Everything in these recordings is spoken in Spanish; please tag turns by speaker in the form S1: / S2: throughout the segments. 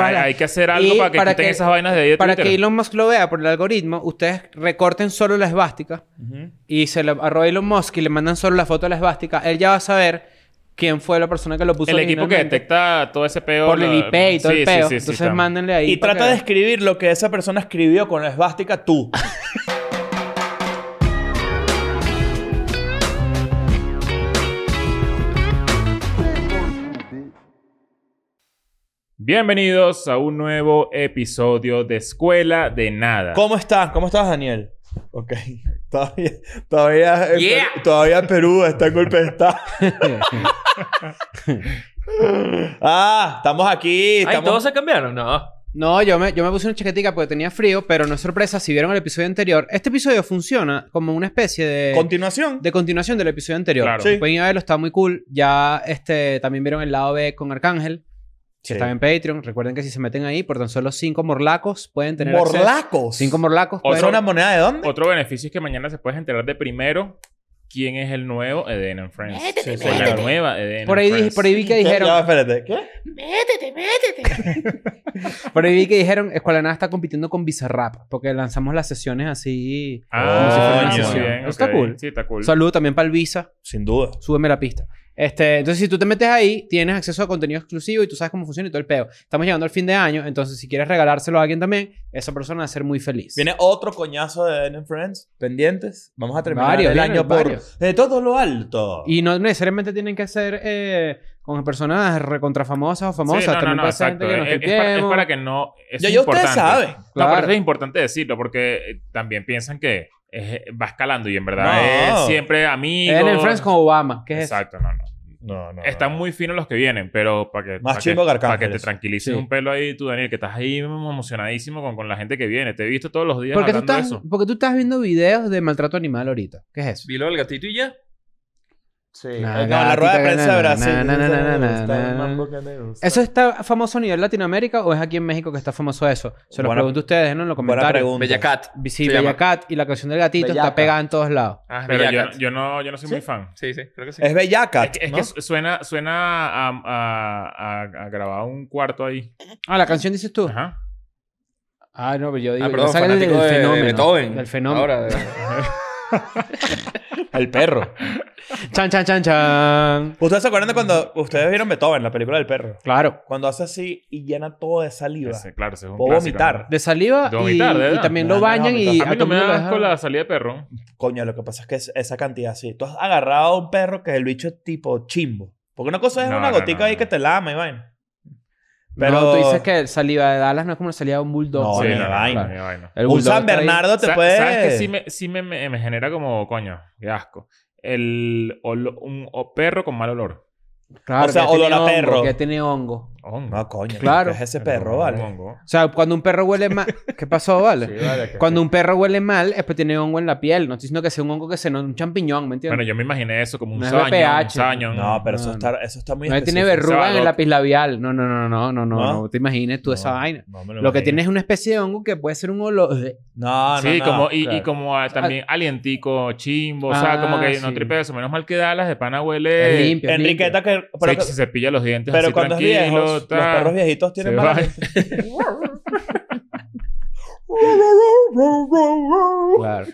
S1: hay,
S2: hablar.
S1: hay que hacer algo
S2: Y
S1: para que quiten esas vainas de ahí de
S2: Para que
S1: Twitter.
S2: Elon Musk lo vea por el algoritmo, ustedes recorten solo la esvástica
S1: Ujú.
S2: y se la arroba Elon Musk y le mandan solo la foto de la esvástica. Él ya va a saber quién fue la persona que lo puso
S1: El equipo que
S2: originalmente.
S1: detecta todo ese peo.
S2: Por
S1: la-
S2: el IP y todo
S1: Sí,
S2: el
S1: sí,
S2: peo.
S1: sí, sí,
S2: Entonces
S1: está.
S2: mándenle ahí.
S3: Y
S2: para
S3: trata
S2: que
S3: de
S2: vea.
S3: escribir lo que esa persona escribió con la esvástica tú.
S1: Bienvenidos a un nuevo episodio de Escuela de Nada.
S3: ¿Cómo estás? ¿Cómo estás, Daniel? Ok. Todavía, todavía, eh,
S2: Yeah.
S3: Per- todavía Perú está en golpe de estado. ah, estamos aquí.
S4: Ay,
S3: Estamos...
S4: ¿todos se cambiaron? No.
S2: No, yo me, yo me puse una chaquetica porque tenía frío, pero no es sorpresa. Si vieron el episodio anterior, este episodio funciona como una especie de.
S3: Continuación.
S2: de continuación del episodio anterior.
S1: Claro.
S3: Sí.
S2: Pueden ir a verlo, está muy cool. Ya este, también vieron el lado B con Arcángel. Si
S3: Sí.
S2: están en Patreon, recuerden que si se meten ahí, por tan solo 5 morlacos pueden tener acceso-
S3: Morlacos.
S2: Cinco morlacos.
S1: Otro-
S3: ¿Son
S2: pueden-
S3: una moneda de dónde?
S1: Otro beneficio es que mañana se puedes enterar de primero quién es el nuevo Eden and Friends.
S5: Métete,
S1: O la
S5: métete.
S1: nueva Eden
S2: Por
S1: and
S2: ahí, dije-
S1: Friends.
S2: por ahí vi que dijeron,
S3: Ya, va, espérate. ¿Qué?
S5: Métete, métete.
S2: por ahí vi que dijeron, Escuela de Nada está compitiendo con Bizarrap, porque lanzamos las sesiones así.
S3: Como si fuera
S1: Ah,
S3: una
S1: muy
S3: sesión.
S1: bien,
S2: Está
S1: ok.
S2: cool.
S1: Sí, está cool.
S2: Saludo también para el Visa,
S3: Sin duda.
S2: súbeme la pista. Este, entonces, si tú te metes ahí, tienes acceso a contenido exclusivo y tú sabes cómo funciona y todo el peo. Estamos llegando al fin de año, entonces si quieres regalárselo a alguien también, esa persona va a ser muy feliz.
S3: Viene otro coñazo de Eden and Friends pendientes. Vamos a terminar
S2: Varios,
S3: el
S2: vienen
S3: año por
S2: varios.
S3: de todo lo alto.
S2: Y no necesariamente tienen que ser eh, con personas recontrafamosas o famosas.
S1: Sí, no, no,
S2: También
S1: no,
S2: puede ser
S1: exacto. Eh,
S2: gente que
S1: Es-
S2: nos
S1: es, para, es
S2: tripiemos.
S1: para que no. Es
S3: ya ya ustedes
S1: importante.
S3: saben.
S1: No, pero
S2: Claro.
S1: eso es importante decirlo porque eh, también piensan que es- eh, va escalando y en verdad
S3: No.
S1: es siempre amigo.
S2: Ellen en Friends con Obama. ¿Qué es eso?
S1: Exacto, no, no.
S3: No, no.
S1: Están muy finos los que vienen, pero para que,
S3: Más
S1: para que,
S3: chimbo que
S1: para que
S3: Arcángel,
S1: te
S3: eso.
S1: tranquilices
S2: Sí.
S1: un pelo ahí, tú, Daniel, que estás ahí emocionadísimo con, con la gente que viene. Te he visto todos los días
S2: Porque tú,
S1: hablando de
S2: estás,
S1: eso.
S2: porque tú estás viendo videos de maltrato animal ahorita. ¿Qué es eso?
S4: Vilo del gatito y ya.
S3: Sí. no, la rueda de prensa de Brasil. Está el mambo que te gusta.
S2: ¿Eso está famoso a nivel Latinoamérica o es aquí en México que está famoso eso? Se los
S3: Buena-
S2: pregunto a ustedes, ¿no? En los
S3: Buena
S2: comentarios.
S3: pregunta.
S4: Bella Cat.
S2: Sí,
S4: se
S2: Bella
S4: llama.
S2: Cat y la canción del gatito
S3: Bellacat.
S2: está pegada en todos lados.
S4: Ah, es
S1: Pero
S4: Bella
S1: yo,
S4: Cat.
S1: no- yo, no, yo no soy muy fan.
S4: Sí, sí, creo que sí.
S3: Es Bella Cat,
S1: Es que, es
S3: ¿no?
S1: que su- suena, suena a, a, a- a grabar un cuarto ahí.
S2: Ah, la canción dices tú.
S1: Ajá.
S2: Ah, no, pero yo digo.
S4: ah,
S2: yo
S4: perdón,
S2: saqué el
S4: fanático
S2: del
S4: de,
S2: fenómeno,
S4: de Beethoven.
S2: Del fenómeno.
S4: Ahora, de-
S3: El perro.
S2: Chan, chan, chan, chan.
S3: ¿Ustedes se acuerdan de cuando ustedes vieron Beethoven, la película del perro?
S2: Claro.
S3: Cuando hace así y llena todo de saliva.
S1: Ese, claro, ese es un
S3: Puedo
S1: clásico,
S3: vomitar.
S1: ¿no?
S2: De saliva
S1: De
S2: y-
S1: vomitar, de
S2: y,
S1: verdad.
S2: también
S3: No,
S2: lo
S3: no,
S2: bañan
S3: no,
S2: y...
S1: A mí no me
S2: todo el mundo
S1: da
S2: lo
S1: asco
S2: deja-
S1: la salida de perro.
S3: Coño, lo que pasa es que es esa cantidad así. Tú has agarrado a un perro que el bicho es tipo chimbo. Porque una cosa es
S1: No,
S3: una
S1: no,
S3: gotica
S1: no,
S3: ahí
S1: no.
S3: que te lama y vaina.
S2: Pero
S3: Pero-
S2: tú dices que el saliva de Dallas no es como la saliva de un bulldog.
S3: No,
S2: Sí,
S3: ni vaina.
S1: ni vaina.
S2: El
S3: Un
S2: bulldog
S3: San
S2: está ahí.
S3: Bernardo te
S1: Sa-
S3: puede...
S1: ¿Sabes que sí, me, sí me, me- me genera como, coño, qué asco? El olo- un o perro con mal olor.
S2: Claro,
S3: O
S2: que
S3: sea,
S2: tiene
S3: olor a
S2: hongo,
S3: perro.
S2: Que tiene hongo.
S1: Hongo.
S3: No, coño.
S2: Claro.
S3: Claro. Es ese
S1: Un
S3: perro, vale.
S1: hongo.
S2: O sea, cuando un perro huele mal... ¿Qué pasó, vale?
S4: vale, que-
S2: Cuando un perro huele mal es porque tiene hongo en la piel. No estoy diciendo que sea un hongo que se... No, un champiñón, ¿me
S1: Bueno,
S2: entiendes?
S1: yo me imaginé eso como un
S2: No es
S1: sañón. Un
S2: BPH.
S1: sañón.
S3: No, pero eso,
S2: No,
S3: Está, eso está muy
S2: no tiene
S3: específico.
S1: O sea,
S2: verruga en
S1: lo-
S2: el lápiz labial. No, no, no, no, no, no.
S3: ¿No?
S2: No, te imagines tú esa vaina.
S3: No, me
S2: Lo que
S3: imagino.
S2: tiene es una especie de hongo que puede ser un olor...
S3: No, no,
S1: sí,
S3: no,
S1: como, y, y
S3: claro.
S1: como ah, también alientico, chimbo, o sea,
S2: Ah,
S1: como que no
S2: sí.
S1: tripe eso. Menos mal que Dallas de pana
S2: Es
S1: huele.
S2: limpio.
S3: Enriqueta que...
S1: Se,
S3: Pero,
S1: se cepilla los dientes
S3: pero
S1: así
S3: cuando es
S1: tranquilo.
S3: viejo, los
S1: tal.
S3: perros viejitos tienen
S1: Se
S3: mala
S1: va.
S3: gente.
S2: Claro.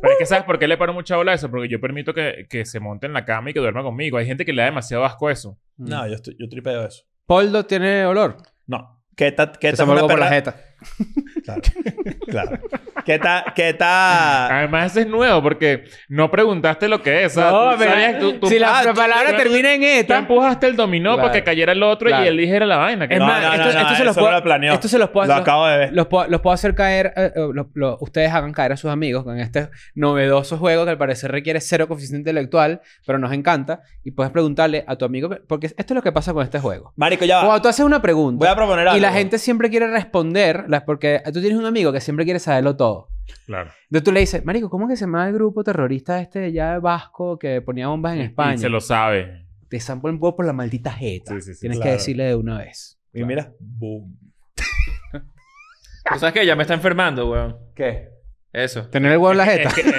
S1: Pero es que ¿sabes por qué le paro mucha bola a eso? Porque yo permito que, que se monte en la cama y que duerma conmigo. Hay gente que le da demasiado asco eso.
S3: No, yo, estoy- yo tripeo eso.
S2: Poldo tiene olor.
S3: No. ¿Qué tal qué
S2: Se
S3: tal
S2: me
S3: una
S2: algo por
S3: perra?
S2: la jeta.
S3: Claro. claro. ¿Qué tal qué tal
S1: Además, ese es nuevo porque no preguntaste lo que es. ¿sabes? Tú sabías- tú- tú-
S2: si
S1: ah,
S2: la
S1: tú-
S2: palabra
S1: tú-
S2: termina en E,
S1: Tú
S2: eta.
S1: empujaste el dominó
S2: Claro.
S1: para que cayera el otro
S2: Claro.
S1: y él dijera la vaina. que
S2: Es
S1: no.
S2: más, esto- esto se los
S3: eso
S2: puedo-
S3: no lo planeó.
S2: esto se los puedo-
S3: Lo
S2: los-
S3: acabo de ver.
S2: Los puedo, los puedo hacer caer, eh, eh, los- los- ustedes hagan caer a sus amigos con este novedoso juego que al parecer requiere cero coeficiente intelectual, pero nos encanta. Y puedes preguntarle a tu amigo, porque esto es lo que pasa con este juego.
S3: Marico, ya va.
S2: Cuando tú haces una pregunta
S3: Ah, Voy a proponer algo.
S2: y la gente siempre quiere responder, las- porque tú tienes un amigo que siempre quiere saberlo todo.
S1: Claro.
S2: Entonces tú le dices, Marico, ¿cómo que se llama el grupo terrorista este ya vasco que ponía bombas en
S1: Y-
S2: España?
S1: Y se lo sabe.
S2: te zampo el huevo por la maldita jeta.
S1: Sí, sí, sí,
S2: Tienes
S3: claro.
S2: que decirle de una vez.
S3: Y mira, boom.
S4: ¿Tú sabes que Ya me está enfermando, weón.
S3: ¿Qué?
S4: Eso.
S2: Tener el huevo en la jeta.
S1: Es que- es-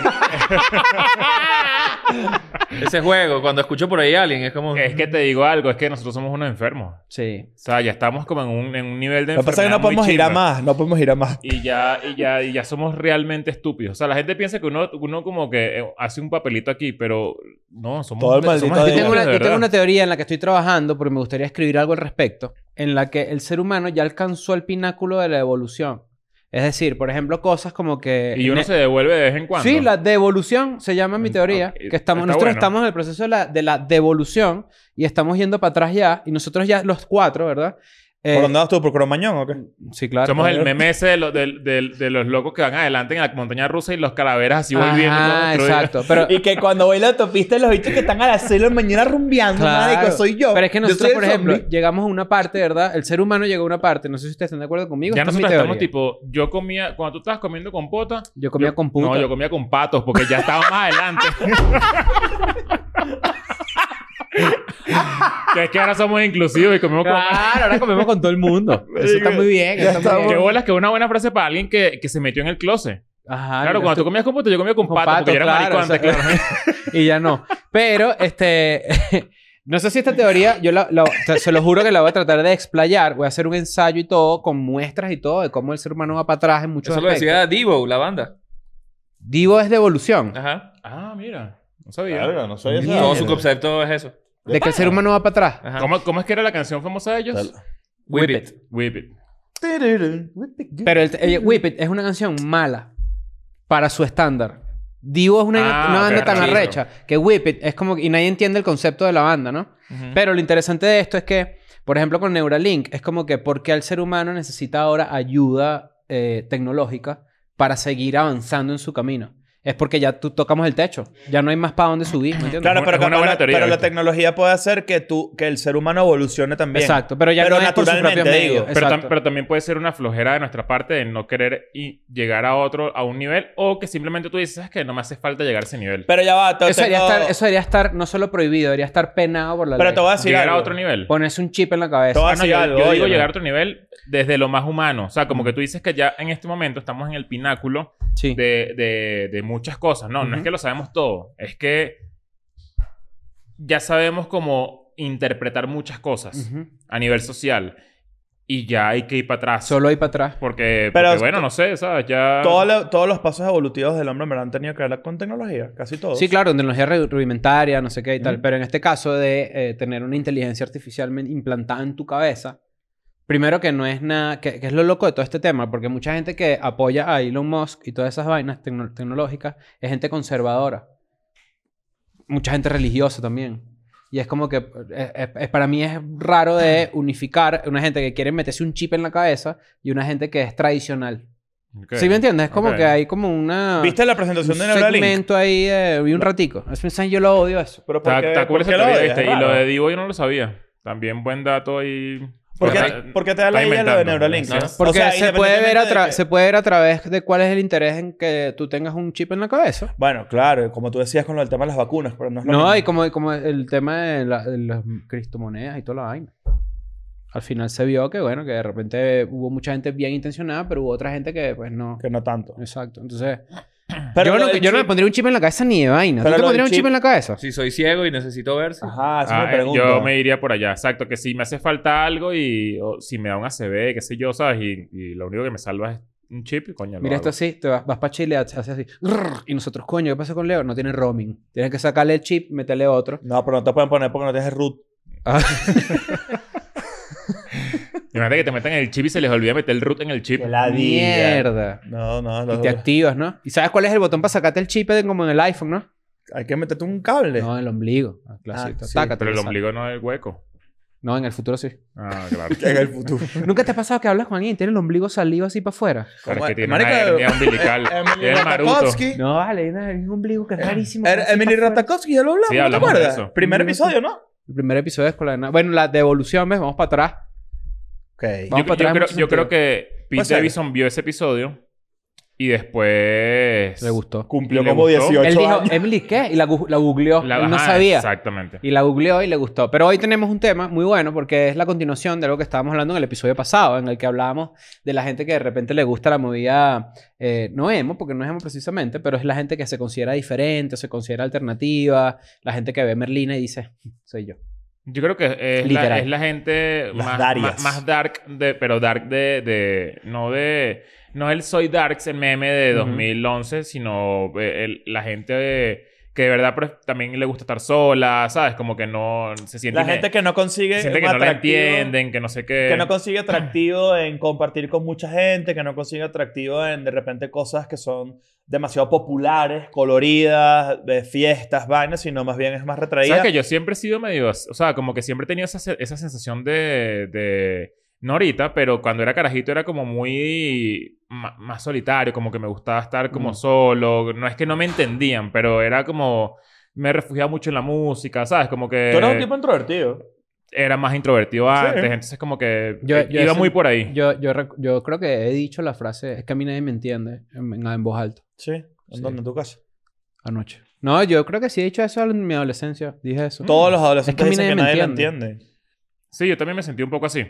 S4: Ese juego, cuando escucho por ahí a alguien, es como.
S1: Es que te digo algo, es que nosotros somos unos enfermos.
S2: Sí.
S1: O sea, ya estamos como en un, en un nivel de
S3: Lo que pasa es que
S1: enfermedad
S3: no
S1: muy
S3: podemos ir a
S1: chimba.
S3: más, no podemos ir a más.
S1: Y ya, y ya, y ya somos realmente estúpidos. O sea, la gente piensa que uno, uno como que eh, hace un papelito aquí, pero no, somos
S3: Todo el
S1: somos
S3: maldito día.
S2: Yo tengo,
S1: estúpidos
S2: una,
S1: de
S2: yo tengo
S1: verdad.
S2: una teoría en la que estoy trabajando porque me gustaría escribir algo al respecto, en la que el ser humano ya alcanzó el pináculo de la evolución. Es decir, por ejemplo, cosas como que...
S1: Y uno
S2: ne-
S1: se devuelve de vez en cuando.
S2: Sí, la devolución se llama mi
S1: Mm,
S2: teoría.
S1: ok.
S2: Que estamos,
S1: Está
S2: nosotros
S1: bueno.
S2: estamos en el proceso de la, de la devolución y estamos yendo para atrás ya. Y nosotros ya, los cuatro, ¿verdad? Eh,
S3: ¿Por dónde vas tú? ¿Por Cromañón o qué?
S2: Sí, claro.
S1: Somos el
S3: Claro.
S1: meme ese de, los- del- del- de los locos que van adelante en la montaña rusa y los calaveras así volviendo.
S2: Ah,
S1: ¿no?
S2: exacto. Pero,
S3: Y que cuando voy a la autopista, los bichos que están a las 6 de la mañana rumbeando,
S2: Claro.
S3: marico, soy yo.
S2: pero es que
S3: Yo
S2: nosotros,
S3: soy el
S2: por ejemplo,
S3: zombie.
S2: llegamos a una parte, ¿verdad? El ser humano llegó a una parte. No sé si ustedes están de acuerdo conmigo.
S1: Ya
S2: esta es mi
S1: nosotros estamos
S2: teoría.
S1: tipo, yo comía, cuando tú estabas comiendo compota,
S2: Yo comía
S1: yo-
S2: con punta.
S1: No, yo comía con patos porque ya estaba más adelante. que es que ahora somos inclusivos y comemos con
S2: Claro, ahora comemos con todo el mundo. Eso está muy bien.
S3: Ya
S2: está muy
S3: estamos-
S1: Qué
S2: bien.
S1: bolas que es una buena frase para alguien que, que se metió en el closet.
S2: Ajá,
S1: claro,
S2: mira
S1: cuando
S2: tú.
S1: tú comías con pato, yo comía con,
S2: Con
S1: pato,
S2: pato,
S1: porque yo era
S2: claro,
S1: maricón antes,
S2: exacto.
S1: claro.
S2: y ya no. Pero, este... No sé si esta teoría, yo la- la- te- se lo juro que la voy a tratar de explayar. Voy a hacer un ensayo y todo, con muestras y todo, de cómo el ser humano va para atrás en muchos
S4: Eso lo
S2: aspectos.
S4: decía Divo, la banda.
S2: Divo es de evolución.
S4: Ajá.
S1: Ah, mira. No sabía.
S3: Claro, no soy
S2: Mierda.
S4: Todo su concepto es eso.
S2: De que el ser humano va para atrás.
S4: Ajá.
S1: ¿Cómo, cómo es que era la canción famosa de ellos?
S4: Whip it.
S1: Whip it.
S2: Pero el, el Whip It es una canción mala para su estándar. Divo es una,
S1: Ah,
S2: una banda
S1: ok,
S2: tan
S1: claro.
S2: arrecha que Whip It es como... que- Y nadie entiende el concepto de la banda, ¿no?
S4: Ujú.
S2: Pero lo interesante de esto es que, por ejemplo, con Neuralink, es como que porque el ser humano necesita ahora ayuda eh, tecnológica para seguir avanzando en su camino. Es porque ya tú tocamos el techo. Ya no hay más para dónde subir, ¿me entiendes?
S3: Claro,
S1: Es
S3: pero,
S1: una
S3: capaz
S1: buena
S3: la-
S1: teoría,
S3: pero la
S1: ¿viste?
S3: tecnología puede hacer que, tú, que el ser humano evolucione también.
S2: Exacto, pero ya
S3: Pero
S2: no es por sus
S3: naturalmente,
S2: propios
S3: digo.
S2: medios.
S1: Pero, tam-
S2: Exacto.
S1: pero también puede ser una flojera de nuestra parte de no querer y llegar a otro, a un nivel, o que simplemente tú dices, ¿sabes que No me hace falta llegar a ese nivel.
S3: Pero ya va, te-
S2: eso, debería
S3: tengo-
S2: estar, eso debería estar no solo prohibido, debería estar penado por la
S3: Pero
S2: ley.
S3: te voy a decir
S1: llegar
S3: algo.
S1: a otro nivel.
S2: Ponerse un chip en la
S3: Te voy
S2: cabeza.
S3: a
S1: Ah, no,
S3: decir
S1: yo,
S3: algo.
S1: yo digo
S3: óyeme.
S1: llegar a otro nivel desde lo más humano. O sea, como que tú dices que ya en este momento estamos en el pináculo
S2: Sí.
S1: de, de- de muchas cosas. No, no es
S2: Ujú.
S1: que lo sabemos todo. Es que ya sabemos cómo interpretar muchas cosas
S2: Ujú.
S1: a nivel social. Y ya hay que ir para atrás.
S2: Solo ir para atrás.
S1: Porque,
S3: Pero
S1: porque, bueno, no sé, ¿sabes? Ya...
S3: Todo lo- todos los pasos evolutivos del hombre en verdad han tenido que ver con tecnología, casi todos.
S2: Sí, claro, tecnología ru- rudimentaria, no sé qué y tal.
S3: Ujú.
S2: Pero en este caso de eh, tener una inteligencia artificial men- implantada en tu cabeza, primero que no es nada, que, que es lo loco de todo este tema, porque mucha gente que apoya a Elon Musk y todas esas vainas tecno- tecnológicas es gente conservadora. Mucha gente religiosa también. Y es como que eh, eh, eh, para mí es raro de unificar una gente que quiere meterse un chip en la cabeza y una gente que es tradicional.
S1: Ok.
S2: ¿Sí me entiendes? Es como
S1: Ok.
S2: que hay como una
S3: ¿Viste la presentación
S2: un
S3: de Neuralink?
S2: segmento ahí eh, vi un ratico. Es un yo lo odio eso.
S3: Pero ¿por
S1: Está,
S3: qué-
S1: está cool
S3: por
S1: esa
S3: qué lo
S1: teoría,
S3: odias?
S1: ¿viste?
S3: Es
S1: Y lo
S3: raro.
S1: de Divo yo no lo sabía. También buen dato y...
S3: ¿Por qué,
S1: Está-
S3: por qué te da la
S1: está
S3: idea lo de
S1: inventando,
S3: Neuralink?
S1: ¿no?
S4: ¿no?
S2: Porque
S3: O sea,
S2: se, puede ver
S3: independientemente
S2: a
S3: de
S2: tra-
S3: que-
S2: se puede ver a través de cuál es el interés en que tú tengas un chip en la cabeza.
S3: Bueno, claro, como tú decías con lo del tema de las vacunas, pero no es lo
S2: No,
S3: mismo.
S2: y como, como el tema de, la- de las criptomonedas y toda la vaina. Al final se vio que, bueno, que de repente hubo mucha gente bien intencionada, pero hubo otra gente que, pues, no.
S3: Que no tanto.
S2: Exacto. Entonces,
S3: Pero
S2: yo,
S3: lo
S2: no,
S3: del
S2: yo no me
S3: chip-
S2: pondría un chip en la cabeza ni de vaina. ¿Tú
S3: Pero
S2: te
S3: lo del
S2: pondrías un chip
S3: chip-
S2: en la cabeza?
S4: Si soy ciego y necesito ver. sí.
S3: Ajá, eso
S1: Ah,
S3: me
S1: eh,
S3: pregunto.
S1: yo me iría por allá, exacto, que si me hace falta algo y o si me da un ACB, qué sé yo, ¿sabes? Y, y lo único que me salva es un chip y coño. lo
S2: Mira esto
S1: hago.
S2: así, te vas, vas para Chile, haces haces así. grrr, Y nosotros, coño, ¿qué pasa con Leo? No tiene roaming. Tienes que sacarle el chip, meterle otro.
S3: No, pero no te pueden poner porque no tienes root.
S1: Imagínate que te metan el chip y se les olvida meter el root en el chip.
S2: Mierda.
S3: No, no,
S2: Y
S3: no.
S2: te activas, ¿no? ¿Y sabes cuál es el botón para sacarte el chip de- como en el iPhone, no?
S3: Hay que meterte un cable.
S2: No, en el ombligo. Ah, clasito.
S3: sí,
S2: Tácate,
S1: Pero el
S2: te sale.
S1: ombligo no es el hueco.
S2: No, en el futuro sí.
S1: Ah, claro.
S3: Que en el futuro.
S2: ¿Nunca te ha pasado que hablas con alguien y tiene el ombligo salido así para afuera?
S1: Claro,
S3: Como-
S1: es que tiene
S3: Marico, eh,
S1: una hernia umbilical.
S3: Emily
S1: Tiene el maruto.
S3: Ratajkowski.
S2: No, vale, hay una- hay un ombligo que es rarísimo. que
S3: Er-
S2: así
S3: Emily
S2: pa' afuera.
S3: Ratajkowski, ya lo hablamos,
S1: Sí,
S3: ¿no te
S1: hablamos de
S3: acuerdas?
S1: eso.
S3: Primer
S2: Emily
S3: episodio, ¿no?
S2: El primer episodio es con la de na- Bueno, la devolución, ¿ves? Vamos para atrás.
S3: Ok.
S1: Yo,
S2: Vamos para
S1: yo
S2: atrás
S1: creo,
S2: en mucho
S1: yo creo
S2: sentido.
S1: que
S3: Puede
S1: Pete
S3: ser.
S1: Davidson vio ese episodio Y después...
S2: Le gustó.
S3: Cumplió
S1: Le
S3: como
S1: gustó.
S3: 18
S2: Él dijo,
S3: años.
S2: Emily, ¿qué? Y la, gu- la googleó.
S1: La-
S2: Él no
S1: ajá,
S2: sabía.
S1: Exactamente.
S2: Y la googleó y le gustó. Pero hoy tenemos un tema muy bueno porque es la continuación de lo que estábamos hablando en el episodio pasado, en el que hablábamos de la gente que de repente le gusta la movida, eh, no emo, porque no es emo precisamente, pero es la gente que se considera diferente, se considera alternativa, la gente que ve Merlina y dice, "Hm, soy yo.
S1: Yo creo que es, la,
S2: Literal.
S1: es la gente
S3: Las
S1: más,
S3: darias.
S1: más, más dark, de, pero dark de, de- No de... No el Soy Darks, el meme de
S2: Ujú.
S1: 2011, sino eh, el- la gente de- que de verdad pre- también le gusta estar sola, ¿sabes? Como que no se siente...
S3: La gente que no consigue
S1: siente
S3: un
S1: que no la
S3: atractivo-
S1: entienden, que no sé qué.
S3: Que no consigue atractivo en compartir con mucha gente, que no consigue atractivo en de repente cosas que son demasiado populares, coloridas, de fiestas, vainas, sino más bien es más retraída.
S1: ¿Sabes que yo siempre he sido medio... as- O sea, como que siempre he tenido esa, se- esa sensación de, de... No ahorita, pero cuando era carajito era como muy... ma- más solitario. Como que me gustaba estar como
S2: Mm.
S1: solo. No es que no me entendían, pero era como... Me refugiaba mucho en la música, ¿sabes? Como que...
S3: Tú eres un tipo introvertido.
S1: Era más introvertido antes. Entonces como que...
S2: Yo-
S1: eh,
S2: yo
S1: iba
S2: ese-
S1: muy por ahí.
S2: Yo, yo, rec- yo creo que he dicho la frase, es que a mí nadie me entiende, en, en- en voz alta,
S3: Sí. ¿En
S2: Sí.
S3: dónde? ¿En tu casa?
S2: anoche. No, yo creo que sí he dicho eso en mi adolescencia, dije
S1: Mm.
S2: eso.
S3: Todos los adolescentes
S2: a mí
S3: dicen que
S2: nadie
S3: nadie
S2: me
S3: me
S2: entiende.
S3: entiende.
S1: Sí, yo también me sentí un poco así.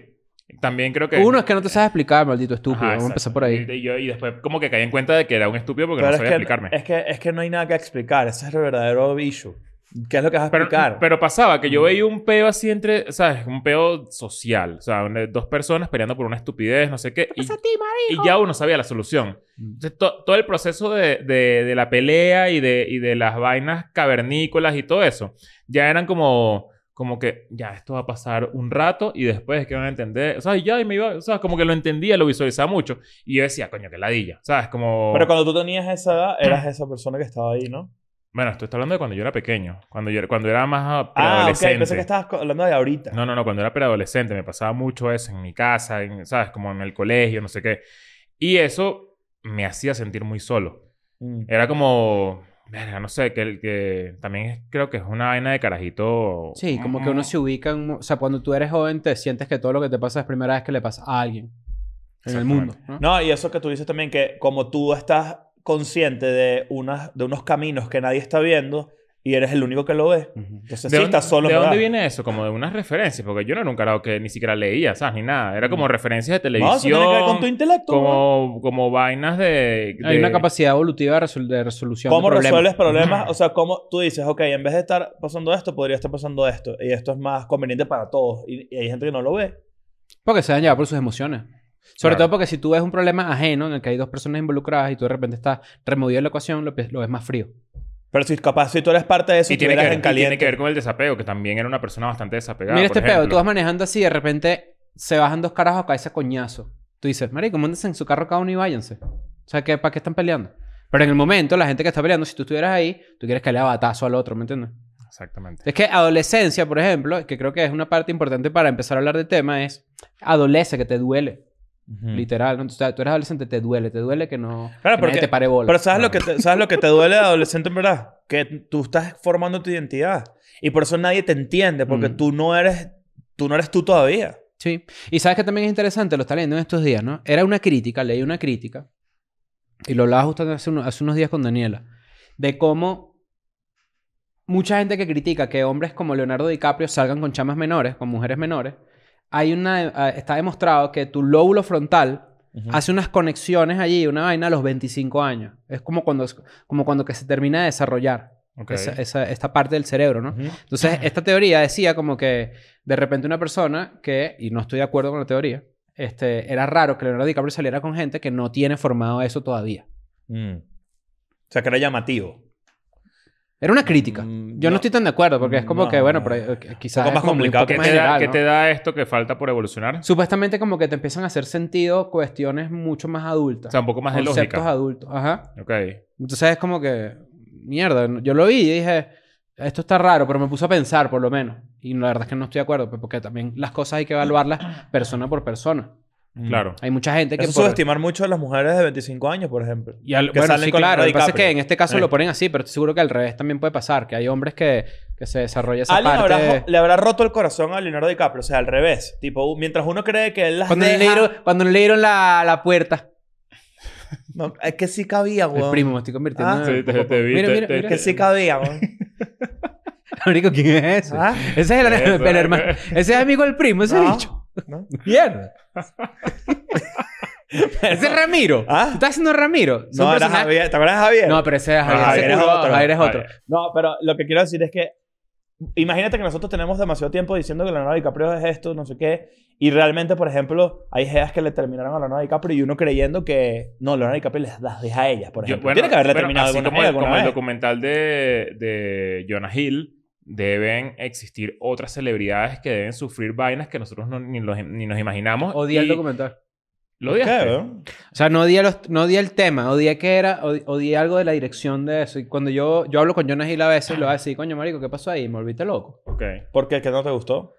S1: También creo que...
S2: Uno es que no te sabes explicar, maldito estúpido.
S1: Ajá,
S2: Vamos a empezar
S1: exacto.
S2: por ahí.
S1: Y, y yo- y después como que caí en cuenta de que era un estúpido porque no
S3: Pero
S1: sabía
S3: es,
S1: explicarme.
S3: que, es, que, es que no hay nada que explicar. Ese es el verdadero issue. ¿Qué es lo que vas a
S1: Pero,
S3: explicar?
S1: pero pasaba que yo veía un peo así entre, ¿sabes? Un peo social. O sea, una- dos personas peleando por una estupidez, no sé qué. Y, y ya uno sabía la solución. Entonces, to- todo el proceso de, de- de la pelea y de, y de las vainas cavernícolas y todo eso, ya eran como, como que, ya, esto va a pasar un rato y después es que van a entender. O sea, y ya, y me iba, o sea, como que lo entendía, lo visualizaba mucho. Y yo decía, coño, qué ladilla, ¿sabes? Como...
S3: Pero cuando tú tenías esa edad, eras esa persona que estaba ahí, ¿no?
S1: Bueno, esto está hablando de cuando yo era pequeño. Cuando, yo, cuando era más
S3: Ah, ok.
S1: preadolescente.
S3: Pensé que estabas hablando de ahorita.
S1: No, no, no. Cuando era preadolescente me pasaba mucho eso en mi casa, en, ¿sabes? Como en el colegio, no sé qué. Y eso me hacía sentir muy solo.
S3: Mm.
S1: Era como... verga, no sé, que, el- que también es- creo que es una vaina de carajito... mm,
S2: Sí, como que uno se ubica en... O sea, cuando tú eres joven te sientes que todo lo que te pasa es primera vez que le pasa a alguien en el mundo. ¿no?
S3: No, y eso que tú dices también, que como tú estás consciente de, unas, de unos caminos que nadie está viendo y eres el único que lo ve,
S2: Ujú.
S3: entonces
S1: ¿De,
S3: sí
S1: dónde,
S3: estás solo.
S1: ¿de
S3: en
S1: dónde
S3: verdad.
S1: viene eso? Como de unas referencias. Porque yo no era un carajo que ni siquiera leía, ¿sabes? Ni nada. Era como referencias de
S3: Mm. No, eso
S1: televisión.
S3: tiene que ver con tu intelecto. ¿no?
S1: como, como vainas de...
S2: Hay
S1: de-
S2: una capacidad evolutiva de, resol- de resolución
S3: ¿Cómo
S2: de problemas.
S3: resuelves problemas? O sea, ¿cómo tú dices, ok, en vez de estar pasando esto, podría estar pasando esto? Y esto es más conveniente para todos. Y, y hay gente que no lo ve.
S2: Porque se dan llevar por sus emociones. Sobre
S1: Claro.
S2: todo porque si tú ves un problema ajeno en el que hay dos personas involucradas y tú de repente estás removido de la ecuación, lo, pi- lo ves más frío.
S3: Pero si capaz, si tú eres parte de eso,
S1: Y tiene, que
S3: estuvieras
S1: ver,
S3: en
S1: y tiene
S3: caliente.
S1: que ver con el desapego, que también era una persona bastante desapegada.
S2: Mira
S1: Ah, por
S2: este pedo,
S1: ejemplo.
S2: tú vas manejando así y de repente se bajan dos carajos a ese coñazo. Tú dices, marico, mándense en su carro cada uno y váyanse. O sea, ¿qué, ¿para qué están peleando? Pero en el momento, la gente que está peleando, si tú estuvieras ahí, tú quieres que le haga batazo al otro, ¿me entiendes?
S1: Exactamente.
S2: Es que adolescencia, por ejemplo, que creo que es una parte importante para empezar a hablar del tema, es adolece, que te duele. Literal, ¿no? O sea, tú eres adolescente, te duele, te duele que no
S3: Mm. Claro,
S2: que
S3: porque-
S2: nadie te pare bola.
S3: Pero ¿sabes, lo que te, ¿sabes lo que te duele de adolescente en verdad? Que tú estás formando tu identidad. Y por eso nadie te entiende, porque
S2: Mm.
S3: tú, no eres, tú no eres tú todavía.
S2: Sí. Y sabes que también es interesante, lo está leyendo en estos días, ¿no? Era una crítica, leí una crítica, y lo hablaba justo hace, uno- hace unos días con Daniela, de cómo mucha gente que critica que hombres como Leonardo DiCaprio salgan con chamas menores, con mujeres menores, hay una, ah, está demostrado que tu lóbulo frontal hace unas conexiones allí, una vaina a los 25 años. Es como cuando, como cuando que se termina de desarrollar
S1: Ok.
S2: esa- esa- esta parte del cerebro, ¿no?
S3: Ujú.
S2: Entonces, esta teoría decía como que de repente una persona que, y no estoy de acuerdo con la teoría, este, era raro que Leonardo DiCaprio saliera con gente que no tiene formado eso todavía.
S3: Mm. O sea, que era llamativo.
S2: Era una crítica.
S3: Mm,
S2: Yo no,
S3: no.
S2: estoy tan de acuererdo porque es como
S3: No,
S2: que, bueno,
S3: no.
S2: pero eh, qu- quizás
S3: Poco
S2: es
S3: más
S2: como un
S3: complicado.
S2: poco
S1: ¿Qué
S2: más
S1: te, da,
S2: general,
S1: qué
S2: ¿no?
S1: te da esto que falta por evolucionar?
S2: Supuestamente como que te empiezan a hacer sentido cuestiones mucho más
S1: O
S2: adultas.
S1: sea, un poco más de
S2: conceptos
S1: lógica.
S2: adultos. Ajá.
S1: Ok.
S2: Entonces es como que, mierda, yo lo vi y dije, esto está raro, pero me puse a pensar por lo menos. Y la verdad es que no estoy de acuerdo, pues, porque también las cosas hay que evaluarlas persona por persona.
S1: Claro.
S2: Hay mucha gente que...
S3: Eso es
S2: por-
S3: subestimar mucho a las mujeres de 25 años, por ejemplo.
S2: y al-
S3: que
S2: bueno,
S3: salen
S2: sí,
S3: con
S2: claro. Lo que
S3: Leonardo
S2: pasa es que
S3: DiCaprio.
S2: en este caso
S3: Eh.
S2: lo ponen así, pero estoy seguro que al revés también puede pasar. Que hay hombres que, que se desarrolla esa
S3: Alguien
S2: parte...
S3: habrá- le habrá roto el corazón a Leonardo DiCaprio, o sea, al revés. Tipo, u- mientras uno cree que él las
S2: Cuando,
S3: deja...
S2: le dieron, cuando le dieron la, la puerta.
S3: No, es que sí cabía,
S2: El
S3: weón.
S2: primo, me estoy convirtiendo
S3: Ah,
S2: en...
S1: Sí, te- te vi,
S2: Mira,
S1: te-
S2: mira,
S1: te-
S2: mira.
S3: Que sí cabía, weón.
S2: Marico, ¿quién es ese?
S3: ¿Ah?
S2: Ese es el,
S1: Eso,
S2: el hermano. Ese es amigo del primo, ese
S3: No,
S2: bicho.
S3: no.
S2: Mierda. ese es Ramiro.
S3: ¿Ah?
S2: ¿Tú estás haciendo Ramiro? Son
S3: No, era
S2: personajes-
S3: Javier. ¿Te acuerdas de Javier?
S2: No, pero ese es Javier.
S1: Javier
S2: ese
S3: es
S2: culo-
S3: otro.
S2: Javier es otro.
S1: Javier.
S3: No, pero lo que quiero decir es que imagínate que nosotros tenemos demasiado tiempo diciendo que Leonardo DiCaprio es esto, no sé qué, y realmente, por ejemplo, hay geas que le terminaron a Leonardo DiCaprio y uno creyendo que no, Leonardo DiCaprio les las deja a ellas, por
S1: Yo-
S3: ejemplo.
S1: bueno,
S3: Tiene que haberle
S1: bueno,
S3: terminado
S1: así
S3: alguna
S1: como,
S3: jea
S1: el, como
S3: alguna
S1: el
S3: vez.
S1: documental de, de Jonah Hill, deben existir otras celebridades que deben sufrir vainas que nosotros no- ni, los- ni nos imaginamos.
S2: Odié el
S1: y-
S2: documental.
S1: ¿Lo odiaste?
S3: ¿Qué, weón?
S2: O sea, no odié, los, no odié el tema, odié que era, odi- odié algo de la dirección de eso. Y cuando yo, yo hablo con Jonas Hill a veces, lo voy a decir, coño, marico, ¿qué pasó ahí? Me volviste loco.
S1: Ok.
S3: ¿Por qué? ¿Que no te gustó?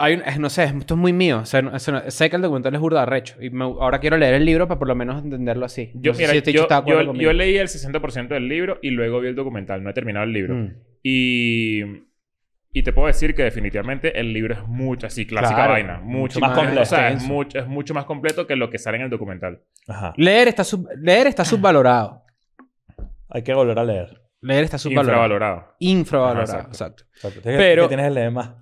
S2: Hay un- es- no sé, esto es muy mío. O sea, no- eso no- sé que el documental es burda de arrecho. Y me- ahora quiero leer el libro para por lo menos entenderlo así.
S1: Yo,
S2: No sé
S1: mira,
S2: si este
S1: yo,
S2: chico está de acuerdo
S1: yo-
S2: conmigo.
S1: yo leí el 60% del libro y luego vi el documental. No he terminado el libro.
S2: Mm.
S1: Y, y te puedo decir que definitivamente el libro es mucho así, clásica
S2: Claro.
S1: vaina. Mucho
S3: Mucho
S1: más
S3: más
S1: completo. O sea, es
S2: extenso.
S1: mucho, es mucho más completo que lo que sale en el documental.
S3: Ajá.
S2: Leer, está sub- leer está subvalorado.
S3: Hay que volver a leer.
S2: Leer está subvalorado.
S1: Infravalorado.
S2: Infravalorado.
S1: Ajá,
S2: exacto.
S3: Pero...
S2: Pero-
S3: tienes el leer más.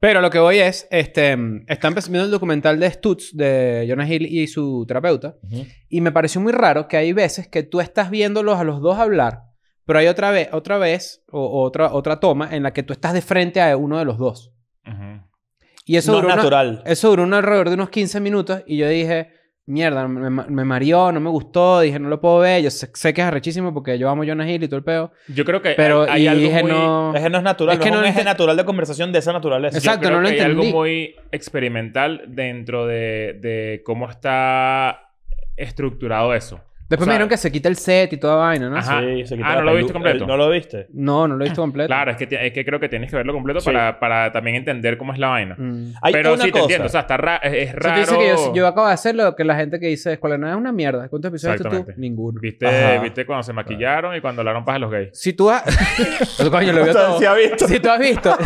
S2: Pero lo que voy es, este, mm, están viendo el documental de Stutz de Jonas Hill y su terapeuta.
S3: Ujú.
S2: Y me pareció muy raro que hay veces que tú estás viéndolos a los dos hablar, pero hay otra vez, otra vez, o, o otra, otra toma en la que tú estás de frente a uno de los dos.
S1: Ujú.
S2: Y eso
S3: no es
S2: duró una-
S3: natural.
S1: eh,
S2: eso duró un alrededor de unos 15 minutos y yo dije, mierda, me, ma- me mareó, no me gustó, dije, no lo puedo ver, yo sé, sé que es arrechísimo porque yo amo a Jonas Hill y todo el peo,
S1: Yo creo que Eh, hay-
S2: pero
S1: hay,
S2: y
S1: algo
S2: dije,
S1: muy...
S2: no...
S3: Es que no es natural.
S2: Es que
S3: no es un
S2: no
S3: eje
S2: ente-
S3: natural de conversación de esa naturaleza.
S2: Exacto.
S1: Yo creo
S2: no lo
S1: que hay algo
S2: entendí.
S1: muy experimental dentro de, de cómo está estructurado eso.
S2: Después
S1: o sea-
S2: me dijeron que se quita el set y toda vaina, ¿no?
S1: Ajá.
S3: Sí, se quitó
S1: Ah,
S3: la
S1: ¿no lo viste
S3: pelu-
S1: completo?
S3: el- No lo viste.
S2: No, no lo he visto completo.
S1: Claro, es que, ti- es que creo que tienes que verlo completo
S3: Sí.
S1: para, para también entender cómo es la vaina.
S2: Mm.
S3: Hay
S1: Pero
S3: una
S1: sí, te
S3: cosa.
S1: entiendo. O sea, está ra- es, es
S2: O sea,
S1: raro.
S2: tú dices que yo, yo acabo de hacer lo que la gente que dice Escuela de Nada es una mierda. ¿Cuántos episodios viste tú?
S1: Exactamente.
S2: Ninguno.
S1: ¿Viste,
S3: Ajá.
S1: ¿Viste cuando se maquillaron y cuando hablaron paja a los gays?
S2: Si tú has... Coño, lo veo
S3: O sea,
S2: todo.
S3: sí ha visto.
S2: Si tú has visto...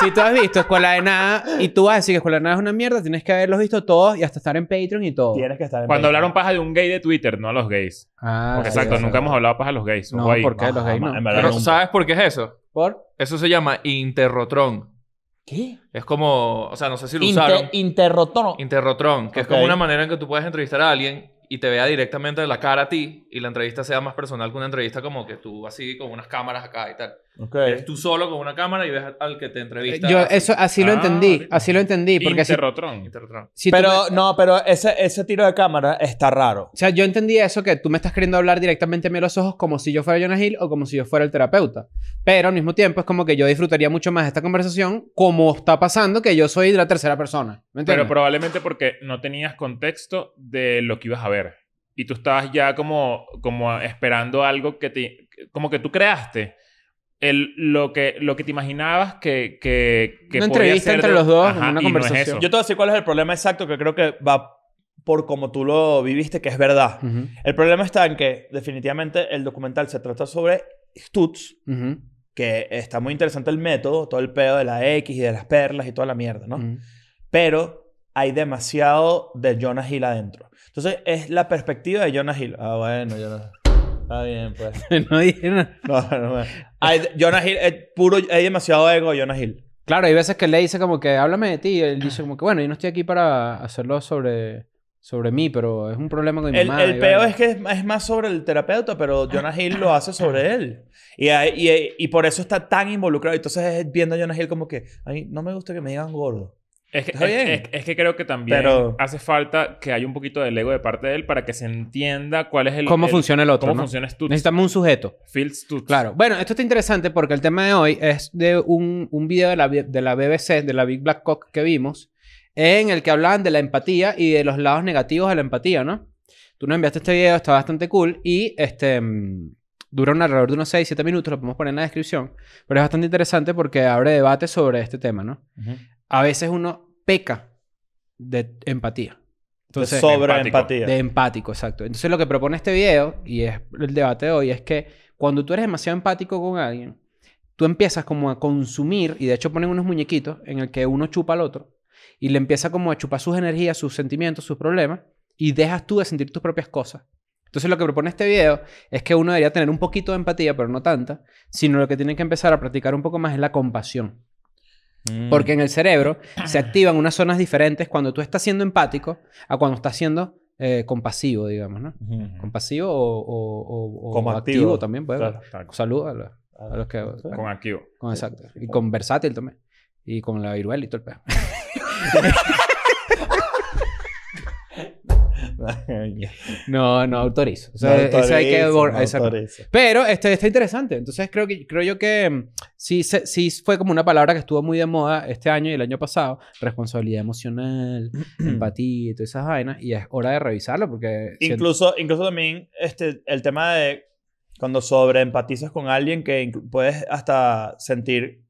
S2: Si tú has visto Escuela de Nada y tú vas a decir que Escuela de Nada es una mierda, tienes que haberlos visto todos y hasta estar en Patreon y todo.
S3: Tienes que estar en
S1: Cuando
S3: Patreon.
S1: hablaron paja de un gay de Twitter, no a los gays.
S2: Ah,
S1: Porque
S2: sí,
S1: exacto,
S2: sí.
S1: nunca hemos hablado paja a los gays.
S2: No,
S1: Ojo ahí.
S2: porque los
S3: Ajá,
S2: gays
S3: Ah, en
S2: no.
S3: verdad
S4: Pero,
S3: nunca.
S4: ¿sabes por qué es eso?
S2: ¿Por?
S4: Eso se llama interrotron.
S2: ¿Qué?
S4: Es como, o sea, no sé si lo usaron.
S3: interrotono.
S4: Interrotron, que es
S3: Ok.
S4: como una manera en que tú puedes entrevistar a alguien y te vea directamente de la cara a ti y la entrevista sea más personal que una entrevista como que tú así con unas cámaras acá y tal.
S3: Ok.
S4: Eres tú solo con una cámara y ves al que te entrevista.
S2: Yo
S4: así.
S2: eso así lo
S1: Ah,
S2: entendí,
S1: ahorita.
S2: así lo entendí, porque si-
S1: Interrotron.
S4: Interrotron.
S2: si tú me-
S3: Pero no, pero ese, ese tiro de cámara está raro.
S2: O sea, yo entendí eso que tú me estás queriendo hablar directamente a mí a los ojos como si yo fuera Jonah Hill o como si yo fuera el terapeuta. Pero al mismo tiempo es como que yo disfrutaría mucho más de esta conversación como está pasando que yo soy la tercera persona. ¿Me entiendes?
S1: Pero probablemente porque no tenías contexto de lo que ibas a ver. Y tú estabas ya como, como esperando algo que te... Como que tú creaste el, lo, que, lo que te imaginabas que... que, que
S2: Una
S1: podía
S2: entrevista
S1: ser
S2: entre
S1: de-
S2: los dos,
S1: Ajá,
S2: una
S1: y no es
S2: conversación.
S1: eso.
S3: Yo te voy a decir cuál es el problema exacto que creo que va por como tú lo viviste, que es verdad.
S2: Ujú,
S3: El problema está en que definitivamente el documental se trata sobre Stutz,
S2: ujú,
S3: que está muy interesante el método, todo el pedo de la X y de las perlas y toda la mierda, ¿no?
S2: ujú.
S3: Pero hay demasiado de Jonah Hill adentro. Entonces es la perspectiva de Jonah Hill. Ah, bueno, Jonah. Está bien, pues.
S2: No dije nada.
S3: No, no, no. Hay, Jonah Hill, es puro, hay demasiado ego de Jonah Hill.
S2: Claro, hay veces que le dice como que háblame de ti y él dice como que bueno, yo no estoy aquí para hacerlo sobre, sobre mí, pero es un problema con mi
S3: El,
S2: mamá.
S3: el
S2: y
S3: peo
S2: vaina.
S3: es que es, es más sobre el terapeuta, pero Jonah Hill lo hace sobre él. Y, hay- y, y por eso está tan involucrado. Entonces es viendo a Jonah Hill como que, ay, no me gusta que me digan gordo.
S1: Es que,
S3: Está
S1: es-
S3: bien.
S1: es- es que creo que también
S3: Pero-
S1: hace falta que haya un poquito del ego de parte de él para que se entienda cuál es el...
S2: ¿Cómo
S1: el-
S2: funciona el otro?
S1: ¿Cómo
S2: no?
S1: funciona Stutz?
S2: Necesitamos un sujeto.
S1: Phil Stutz.
S2: Claro. Bueno, esto está interesante porque el tema de hoy es de un, un video de la, bi- de la BBC, de la Big Black Cock que vimos, en el que hablaban de la empatía y de los lados negativos de la empatía, ¿no? Tú nos enviaste este video, está bastante cool y este mm, dura un alrededor de unos 6, 7 minutos, lo podemos poner en la descripción, pero es bastante interesante porque abre debate sobre este tema, ¿no? A veces uno peca de empatía.
S3: Entonces,
S2: Entonces,
S3: sobre
S1: empático.
S3: empatía.
S2: de empático, exacto. Entonces lo que propone este video, y es el debate de hoy, es que cuando tú eres demasiado empático con alguien, tú empiezas como a consumir, y de hecho ponen unos muñequitos en el que uno chupa al otro, y le empieza como a chupar sus energías, sus sentimientos, sus problemas, y dejas tú de sentir tus propias cosas. Entonces lo que propone este video es que uno debería tener un poquito de empatía, pero no tanta, sino lo que tienen que empezar a practicar un poco más es la compasión.
S3: Mm.
S2: Porque en el cerebro se activan unas zonas diferentes cuando tú estás siendo empático a cuando estás siendo eh, compasivo, digamos, ¿no? Compasivo o, o- o- o
S3: Como
S2: activo.
S3: activo.
S2: también, pues. puede.
S3: Claro.
S2: Salud a los, a los que...
S1: Con activo.
S2: Con exacto. Y con versátil también. Y con la viruela y todo el pedo. No, no autorizo. O sea, eso hay que abor- exacto. Pero este, está interesante. Entonces creo que creo yo que mm, sí, se- sí fue como una palabra que estuvo muy de moda este año y el año pasado. Responsabilidad emocional, empatía y todas esas vainas. Y es hora de revisarlo porque... siento-
S3: Incluso, incluso también este, el tema de cuando sobreempatizas con alguien que inclu- puedes hasta sentir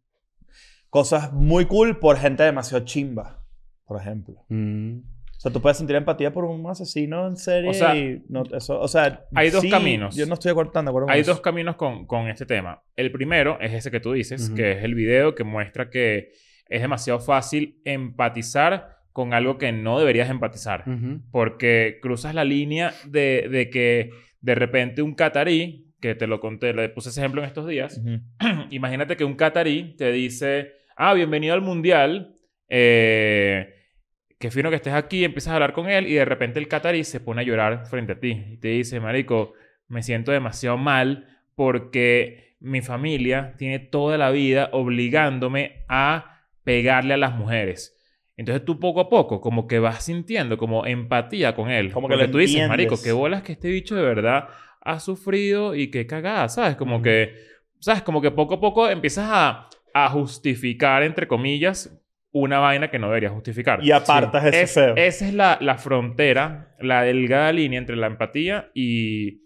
S3: cosas muy cool por gente demasiado chimba, por ejemplo.
S2: Mm.
S3: O sea, tú puedes sentir empatía por un asesino en serie
S1: O sea,
S3: y no- eso, o sea,
S1: hay dos
S3: sí,
S1: caminos.
S3: Yo no estoy de acuerdo, tan de acuerdo con
S1: Hay
S3: eso.
S1: dos caminos con, con este tema. El primero es ese que tú dices,
S2: Ujú.
S1: que es el video que muestra que es demasiado fácil empatizar con algo que no deberías empatizar.
S2: Ujú.
S1: Porque cruzas la línea de, de que de repente un catarí, que te lo conté, le puse ese ejemplo en estos días,
S3: Ujú.
S1: imagínate que un catarí te dice, ah, bienvenido al mundial, eh, qué fino que estés aquí, empiezas a hablar con él y de repente el catarí se pone a llorar frente a ti y te dice, Marico, me siento demasiado mal porque mi familia tiene toda la vida obligándome a pegarle a las mujeres. Entonces tú poco a poco como que vas sintiendo como empatía con él.
S3: Como
S1: Como
S3: que
S1: que
S3: lo
S1: tú dices,
S3: entiendes.
S1: marico, qué bolas que este bicho de verdad ha sufrido y qué cagada, ¿sabes? Como
S3: Ujú.
S1: que, ¿sabes? Como que poco a poco empiezas a, a justificar, entre comillas, una vaina que no deberías justificar.
S3: Y apartas ese
S1: Es-
S3: feo.
S1: Esa es la, la frontera, la delgada línea entre la empatía y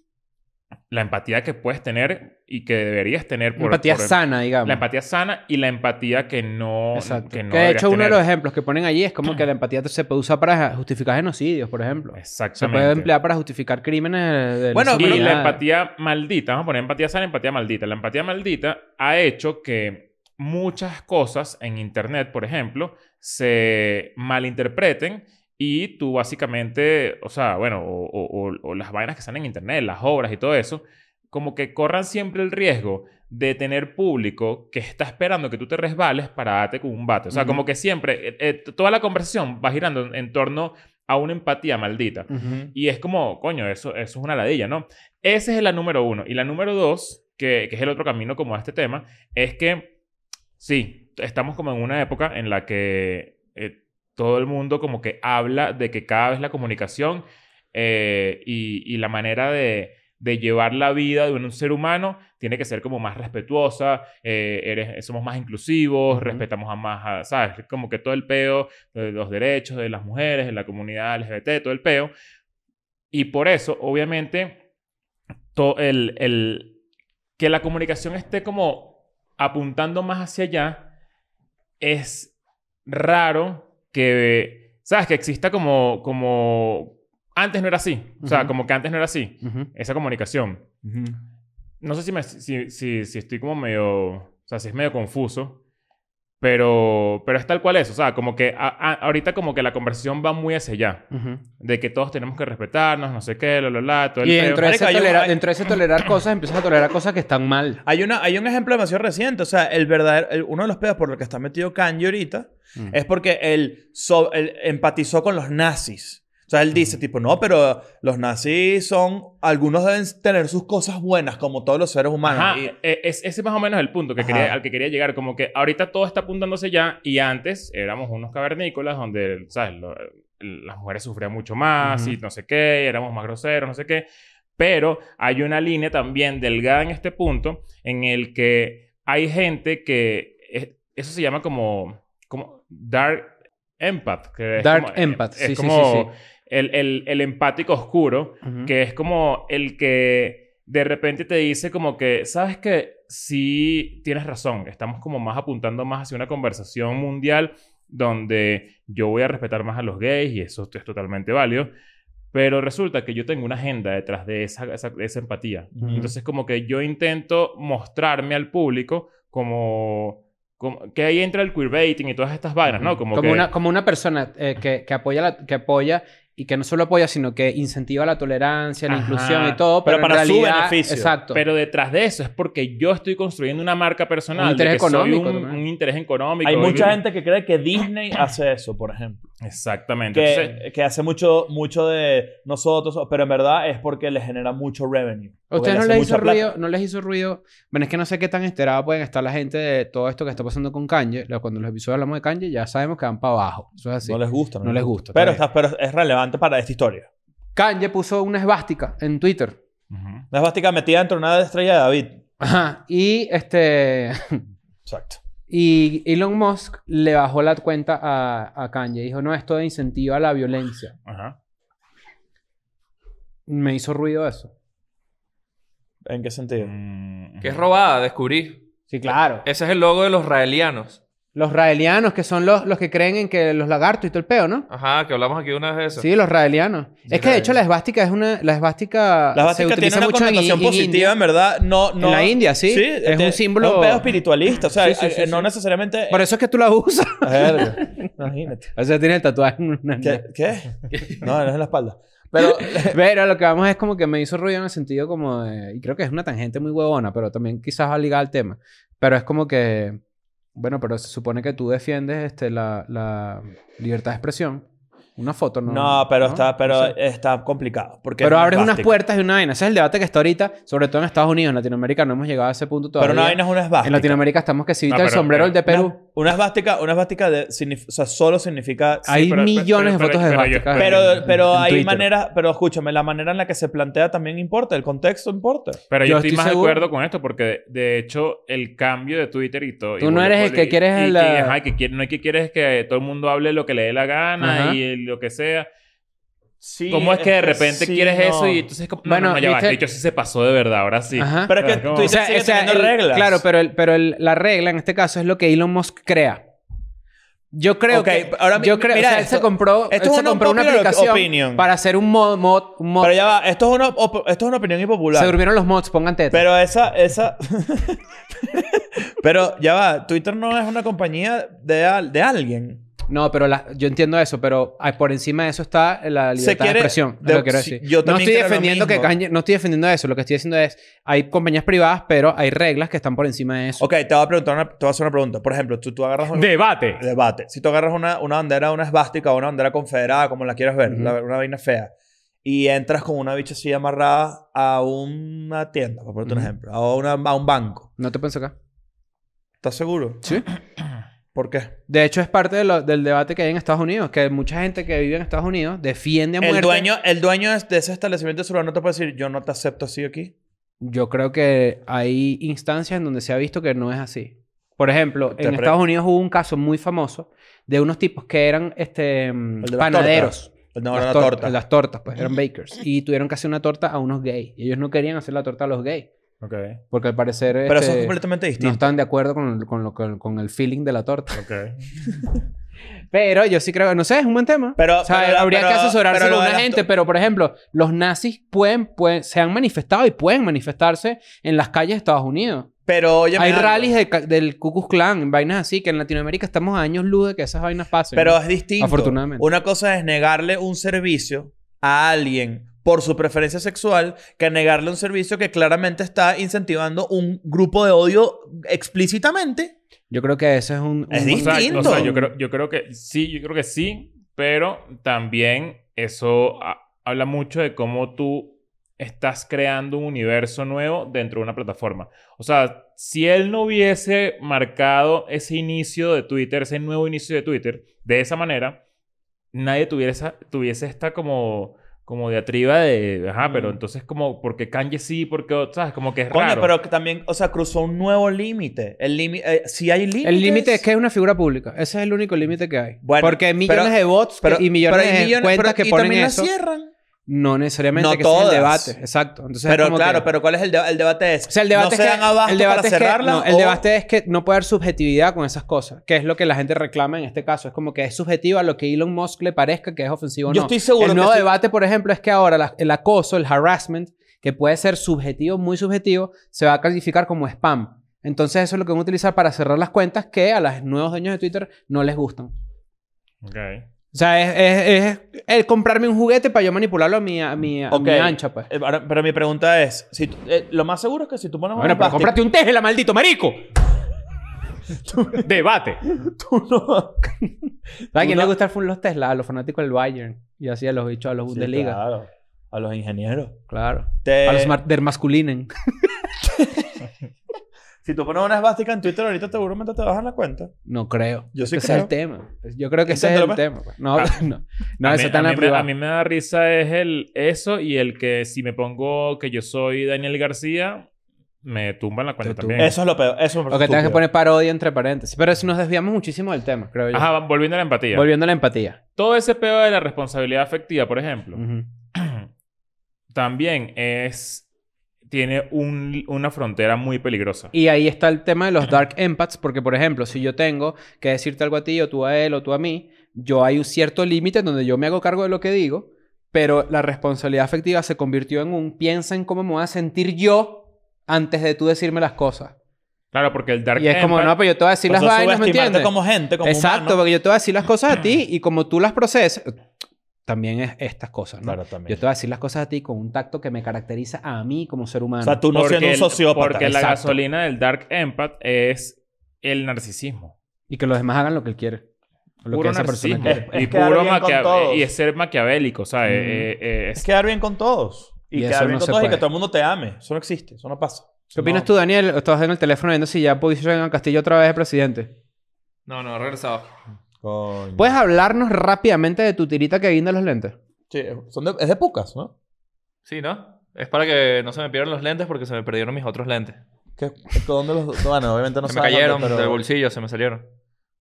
S1: la empatía que puedes tener y que deberías tener por
S2: empatía
S1: por-
S2: sana, digamos.
S1: La empatía sana y la empatía que no.
S2: Exacto.
S1: Que,
S2: Que,
S1: no
S2: de
S1: deberías
S2: hecho uno de
S1: tener.
S2: los ejemplos que ponen allí es como que la empatía se puede usar para justificar genocidios, por ejemplo. Se
S1: Exactamente.
S2: puede emplear para justificar crímenes de
S3: Bueno,
S2: lesa
S3: pero
S1: y la
S2: humanidad.
S1: empatía maldita, vamos a poner empatía sana, empatía maldita. La empatía maldita ha hecho que muchas cosas en Internet, por ejemplo, se malinterpreten y tú básicamente, o sea, bueno, o, o- o- o las vainas que salen en Internet, las obras y todo eso, como que corran siempre el riesgo de tener público que está esperando que tú te resbales para darte con un bate. O sea,
S2: Ujú.
S1: como que siempre, eh, eh, toda la conversación va girando en- en torno a una empatía maldita.
S2: Ujú.
S1: Y es como, coño, eso, eso es una ladilla, ¿no? Esa es la número uno. Y la número dos, que, que es el otro camino como a este tema, es que sí, estamos como en una época en la que eh, todo el mundo como que habla de que cada vez la comunicación eh, y, y la manera de, de llevar la vida de un ser humano tiene que ser como más respetuosa, eh, eres- somos más inclusivos,
S2: Ujú.
S1: respetamos a más, a- ¿sabes? Como que todo el peo de los derechos de las mujeres, de la comunidad LGBT, todo el peo. Y por eso, obviamente, to- el, el- que la comunicación esté como apuntando más hacia allá es raro que, ¿sabes? Que exista como, como, antes no era así. O sea,
S2: Ujú.
S1: como que antes no era así.
S2: Ujú.
S1: Esa comunicación. No sé si, me, si, si, si estoy como medio, o sea, si es medio confuso, pero, pero es tal cual es. O sea, como que a- a- ahorita como que la conversación va muy hacia allá.
S2: Ujú.
S1: De que todos tenemos que respetarnos, no sé qué, la, la, la, todo el
S2: Y
S1: peo.
S2: dentro de, ese
S3: Marico, hay un-
S2: tolera-
S3: hay-
S2: dentro de ese tolerar cosas, empiezas a tolerar cosas que están mal.
S3: Hay, una, hay un ejemplo demasiado reciente. O sea, el verdadero, el- uno de los pedos por los que está metido Kanye ahorita
S2: Mm.
S3: es porque él, so- él empatizó con los nazis. O sea, él dice, tipo, no, pero los nazis son. Algunos deben tener sus cosas buenas, como todos los seres humanos.
S1: Ajá,
S3: Y-
S1: e- es, ese más o menos el punto que
S3: Ajá.
S1: quería, al que quería llegar. Como que ahorita todo está apuntándose ya y antes éramos unos cavernícolas donde, ¿sabes? Lo- las mujeres sufrían mucho más
S2: Ujú.
S1: y no sé qué, y éramos más groseros, no sé qué. Pero hay una línea también delgada en este punto en el que hay gente que... es- eso se llama como... como dark empath. que es
S2: Dark
S1: como- eh,
S2: empath,
S1: Es
S2: sí, sí, sí,
S1: como
S2: sí.
S1: El, el, el empático oscuro
S2: Ujú.
S1: que es como el que de repente te dice como que, sabes que sí tienes razón, estamos como más apuntando más hacia una conversación mundial donde yo voy a respetar más a los gays y eso es totalmente válido, pero resulta que yo tengo una agenda detrás de esa, esa- de esa empatía.
S2: Ujú.
S1: Entonces como que yo intento mostrarme al público como, como- que ahí entra el queerbaiting y todas estas vainas, ¿no? Como,
S2: como,
S1: que-
S2: una, como una persona eh, que, que apoya la- que apoya y que no solo apoya, sino que incentiva la tolerancia, la
S1: Ajá.
S2: inclusión y todo, pero,
S3: Pero para
S2: en
S3: su
S2: realidad,
S3: beneficio.
S2: Exacto.
S1: Pero detrás de eso es porque yo estoy construyendo una marca personal.
S2: Un interés
S1: de que soy
S2: económico
S1: un,
S2: también.
S1: un interés económico.
S3: Hay
S1: Y-
S3: mucha gente que cree que Disney hace eso, por ejemplo.
S1: Exactamente. Entonces,
S3: Que, que hace mucho, mucho de nosotros, pero en verdad es porque le genera mucho revenue.
S2: ¿A
S3: Porque
S2: ustedes no
S3: hace
S2: les
S3: mucha
S2: hizo
S3: plata.
S2: ruido? ¿No les hizo ruido? Bueno, es que no sé qué tan enterada pueden estar la gente de todo esto que está pasando con Kanye. Lo- Cuando los episodios hablamos de Kanye, ya sabemos que van para abajo. Eso es así.
S3: No les gusta.
S2: No les gusta,
S3: Pero,
S2: está
S3: está- pero es relevante para esta historia.
S2: Kanye puso una esvástica en Twitter.
S1: ujú.
S3: Una esvástica metida dentro de una estrella de David.
S2: Ajá. Y este.
S3: Exacto.
S2: Y Elon Musk le bajó la cuenta a, a Kanye. Dijo, no, esto incentiva la violencia.
S1: Ajá.
S2: Me hizo ruido eso.
S3: ¿En qué sentido?
S1: Mm,
S4: Que es
S1: ujú.
S4: robada, descubrí.
S2: Sí, claro.
S3: Eh,
S4: Ese es el logo de los raelianos.
S2: Los raelianos, que son los, los que creen en que los lagartos y todo el peo, ¿no?
S4: Ajá, que hablamos aquí una vez de eso.
S2: Sí, los raelianos. es que de hecho la esvástica es una. La esvástica.
S3: La
S2: se
S3: esvástica tiene
S2: utiliza
S3: una
S2: mucho en I-
S3: connotación
S2: en India.
S3: positiva, en verdad. No, no, este,
S2: En la India, sí. Es un símbolo-
S3: Es un pedo espiritualista. O sea,
S2: Sí, sí,
S3: eh,
S2: sí,
S3: eh,
S2: sí.
S3: no necesariamente...
S2: Por eso es que tú la usas.
S3: Verga, Imagínate.
S2: O sea, tiene el tatuaje en una.
S3: ¿Qué? ¿Qué? No, no es en la espalda. Pero...
S2: Pero lo que vamos es como que me hizo ruido en el sentido como de- Y creo que es una tangente muy huevona, pero también quizás va ligada al tema. Pero es como que... Bueno, pero se supone que tú defiendes este, la, la libertad de expresión. Una foto, ¿no?
S3: No, pero, Está, pero
S2: No sé.
S3: está complicado. Porque
S2: Pero
S3: es
S2: abres unas
S3: esvástica.
S2: puertas y una vaina. Ese es el debate que está ahorita, sobre todo en Estados Unidos. En Latinoamérica no hemos llegado a ese punto todavía.
S3: Pero una vaina es una esvástica.
S2: En Latinoamérica estamos que si
S1: No,
S2: viste el
S1: pero- eh,
S2: sombrero el de
S3: Una-
S2: Perú.
S3: Una esvástica, una esvástica de, signif- o sea, solo significa...
S2: hay
S1: pero- pero-
S2: millones de
S1: pero-
S2: fotos de
S1: pero yo-
S2: esvásticas en-
S3: Pero, pero
S2: en
S3: hay
S2: Twitter.
S3: maneras... Pero escúchame, la manera en la que se plantea también importa. El contexto importa.
S1: Pero yo,
S2: Yo
S1: estoy,
S2: estoy
S1: más
S2: seguro-
S1: de acuerdo con esto porque, de, de hecho, el cambio de Twitter y todo. y
S2: Tú no
S1: Google
S2: eres el
S1: Poli-
S2: que quieres
S1: y
S2: el,
S1: que-
S2: eh,
S1: ajá, que quiere- no hay que quieres es que todo el mundo hable lo que le dé la gana
S2: Ajá.
S1: y lo que sea.
S3: Sí,
S1: ¿Cómo es que de repente
S3: sí,
S1: quieres
S3: no.
S1: eso y entonces es como, no,
S2: Bueno,
S1: no, no, ya va,
S2: viste-
S1: este bicho sí se pasó de verdad, ahora sí.
S2: Ajá.
S3: Pero es que
S1: Claro, ¿cómo?
S3: Twitter
S1: O sea,
S3: sigue teniendo
S2: el-
S3: reglas.
S2: Claro, pero, el- pero el- la regla en este caso es lo que Elon Musk crea. Yo creo
S3: Ok,
S2: que.
S3: ahora mi-
S2: yo creo,
S3: mira
S2: o sea,
S3: esto.
S2: él se compró,
S3: Esto
S2: él
S3: es
S2: se
S3: una
S2: compró una
S3: unpopular
S2: aplicación
S3: opinion.
S2: para hacer un mod. mod, un mod.
S3: Pero ya va, esto es una, op- esto es una opinión impopular.
S2: se durmieron los mods, pongan teta.
S3: Pero esa, esa. pero ya va, Twitter no es una compañía de, al- de alguien.
S2: no, pero la- yo entiendo eso, pero ah, por encima de eso está la
S3: Se
S2: libertad de
S3: quiere-
S2: expresión. es
S3: de-
S2: lo que quiero
S3: sí,
S2: decir.
S3: yo
S2: no
S3: también
S2: estoy
S3: creo lo
S2: defendiendo que
S3: mismo.
S2: Kanye- no estoy defendiendo eso. Lo que estoy diciendo es hay compañías privadas, pero hay reglas que están por encima de eso.
S3: Ok, te voy a preguntar una- te voy a hacer una pregunta. Por ejemplo, tú, tú agarras un
S1: Debate.
S3: debate. Si tú agarras una, una bandera, una esvástica o una bandera confederada, como la quieras ver,
S2: Ujú.
S3: la- una vaina fea, y entras con una bicha así amarrada a una tienda, por ponerte un
S2: Ujú.
S3: ejemplo, a, una- a un banco.
S2: No te pienso acá.
S3: ¿Estás seguro?
S2: Sí.
S3: ¿Por qué?
S2: De hecho, es parte de lo- del debate que hay en Estados Unidos, que mucha gente que vive en Estados Unidos defiende a muerte.
S3: El dueño, el dueño es- de ese establecimiento celular no te puede decir, yo no te acepto así aquí.
S2: Yo creo que hay instancias en donde se ha visto que no es así. Por ejemplo,
S3: Te
S2: en
S3: pre-
S2: Estados Unidos hubo un caso muy famoso de unos tipos que eran este, mm,
S3: El de las
S2: panaderos.
S3: El no,
S2: Las
S3: era una
S2: tor-
S3: torta.
S2: Las tortas, pues, eran bakers. Y tuvieron que hacer una torta a unos gays. Y ellos no querían hacer la torta a los gays.
S1: Ok,
S2: Porque al parecer
S3: Pero eso
S2: este,
S3: es completamente
S2: no
S3: distinto.
S2: estaban de acuerdo con, con lo- con- con el feeling de la torta.
S1: ok.
S2: Pero yo sí creo, no sé, es un buen tema.
S3: Pero-
S2: o sea,
S3: pero-
S2: habría
S3: pero-
S2: que asesorarse
S3: pero lo
S2: con
S3: de
S2: una
S3: las
S2: gente, pero por ejemplo, los nazis pueden, pueden, se han manifestado y pueden manifestarse en las calles de Estados Unidos.
S3: Pero oye,
S2: Hay rallies de ca- del Ku Klux Klan, vainas así, que en Latinoamérica estamos a años luz de que esas vainas pasen.
S3: Pero es distinto.
S2: Afortunadamente.
S3: Una cosa es negarle un servicio a alguien por su preferencia sexual que negarle un servicio que claramente está incentivando un grupo de odio explícitamente.
S2: yo creo que ese es un... un-
S3: Es
S1: O sea,
S3: Distinto.
S1: o sea, yo, creo, yo creo que sí, yo creo que sí, pero también eso ha- habla mucho de cómo tú estás creando un universo nuevo dentro de una plataforma. O sea, si él no hubiese marcado ese inicio de Twitter, ese nuevo inicio de Twitter, de esa manera, nadie tuviera esa- tuviese esta como, como diatriba de, ajá, pero entonces como, ¿por qué Kanye sí? ¿Por qué, o- sabes? Como que es
S3: Mm. Coño,
S1: raro.
S3: pero que también, o sea, cruzó un nuevo límite. El límite, eh, si hay límites.
S2: El límite es que es una figura pública. Ese es el único límite que hay.
S3: Bueno,
S2: Porque hay millones
S3: pero-
S2: de bots que-
S3: pero-
S2: y millones
S3: pero hay
S2: de cuentas
S3: pero-
S2: que
S3: y
S2: ponen
S3: también la
S2: eso.
S3: cierran.
S2: No necesariamente
S3: No
S2: que sea el
S3: todas.
S2: debate. Exacto. Entonces es
S3: Pero
S2: como
S3: claro,
S2: que-
S3: pero ¿cuál es el, deba- el debate? Es,
S2: O sea, el debate
S3: ¿no
S2: es
S3: se
S2: que,
S3: dan abasto
S2: el debate
S3: para
S2: es que-
S3: cerrarla?
S2: no, el
S3: o-
S2: debate es que no puede haber subjetividad con esas cosas, que es lo que la gente reclama en este caso. Es como que es subjetivo a lo que Elon Musk le parezca que es ofensivo o no.
S3: Yo estoy seguro
S2: El
S3: que
S2: nuevo
S3: sí.
S2: debate, por ejemplo, es que ahora la- el acoso, el harassment, que puede ser subjetivo, muy subjetivo, se va a calificar como spam. Entonces eso es lo que van a utilizar para cerrar las cuentas que a los nuevos dueños de Twitter no les gustan.
S1: Ok.
S2: O O sea, es, es- es el comprarme un juguete para yo manipularlo a mi, a mi, a
S3: Ok.
S2: mi ancha, pues.
S3: Eh, ahora- pero mi pregunta es, si, tú- eh, lo más seguro es que si tú pones
S2: Bueno,
S3: una
S2: pero
S3: plástica,
S2: cómprate un Tesla, maldito marico. Debate.
S3: tú no...
S2: ¿Sabes a quién
S3: Una-
S2: le gustan full los Tesla? A los fanáticos del Bayern. Y así a los bichos, a los
S3: Sí,
S2: Bundesliga.
S3: claro. A los ingenieros.
S2: Claro.
S3: Te-
S2: A
S1: Eh,
S2: los mar- del masculinen.
S3: Si tú pones una esvástica en Twitter ahorita seguramente te bajan la cuenta.
S2: No creo.
S3: Yo sí
S2: que ese es
S3: creo.
S2: el tema. Yo creo que ese es
S3: Inténtalo,
S2: el tema.
S3: pues.
S2: pues. No, no. No,
S1: Ah. a,
S2: eso
S1: mí,
S2: está
S1: a
S2: en la
S1: mí me,
S2: privada.
S1: a mí me da risa es el eso y el que si me pongo que yo soy Daniel García, me tumban la cuenta
S2: Te
S1: también.
S3: Eso es lo peor. Eso me
S2: O que tengas
S3: parece
S2: que
S3: estúpido. Pues
S2: poner parodia entre paréntesis. Pero si nos desviamos muchísimo del tema, creo yo.
S1: Ajá, va- volviendo a la empatía.
S2: Volviendo a la empatía.
S1: Todo ese pedo de la responsabilidad afectiva, por ejemplo,
S2: Ujú.
S1: también es... Tiene un- una frontera muy peligrosa.
S2: Y ahí está el tema de los dark empaths, porque por ejemplo, si yo tengo que decirte algo a ti, o tú a él, o tú a mí, yo hay un cierto límite en donde yo me hago cargo de lo que digo, pero la responsabilidad afectiva se convirtió en un piensa en cómo me voy a sentir yo antes de tú decirme las cosas.
S1: Claro, porque el dark
S2: y es como,
S1: empath-
S2: no, pero yo te voy a decir
S3: Pues
S2: las
S3: eso
S2: vainas, ¿me
S3: subestimarte
S2: entiendes?
S3: como gente, como
S2: Exacto,
S3: humano.
S2: porque yo te voy a decir las cosas a ti y como tú las procesas, también es estas cosas, ¿no?
S3: Claro, también.
S2: Yo te voy a decir las cosas a ti con un tacto que me caracteriza a mí como ser humano.
S3: O sea, tú no
S1: porque
S3: siendo un
S1: el-
S3: sociópata.
S1: Porque la
S3: Exacto.
S1: gasolina del dark empath es el narcisismo.
S2: Y que los demás hagan lo que él quiere. o Lo
S1: puro
S2: que esa persona
S1: narcisismo.
S2: quiere.
S3: quiere.
S1: y
S3: Es quedar
S1: puro
S3: bien con
S1: maquia-
S3: todos.
S1: y es ser maquiavélico, ¿sabes?
S2: Mm.
S1: Eh, eh, es-
S3: Es quedar bien con todos. Y,
S2: Y eso
S3: quedar bien
S2: no
S3: con
S2: se
S3: todos y que
S2: puede.
S3: todo el mundo te ame. Eso no existe. Eso no pasa.
S2: ¿Qué opinas tú, Daniel? Estabas en el teléfono viendo si ya pusieron a Castillo otra vez de presidente.
S4: No, no, he regresado.
S3: Coño.
S2: ¿Puedes hablarnos rápidamente de tu tirita que guinda los lentes?
S3: Sí, son de- es de pucas, ¿no?
S4: Sí, ¿no? Es para que no se me pierdan los lentes porque se me perdieron mis otros lentes.
S3: ¿Qué, ¿Dónde los.? no, Bueno, obviamente no
S4: se me
S3: sabes
S4: cayeron
S3: dónde, pero- Mm.
S4: del bolsillo, se me salieron.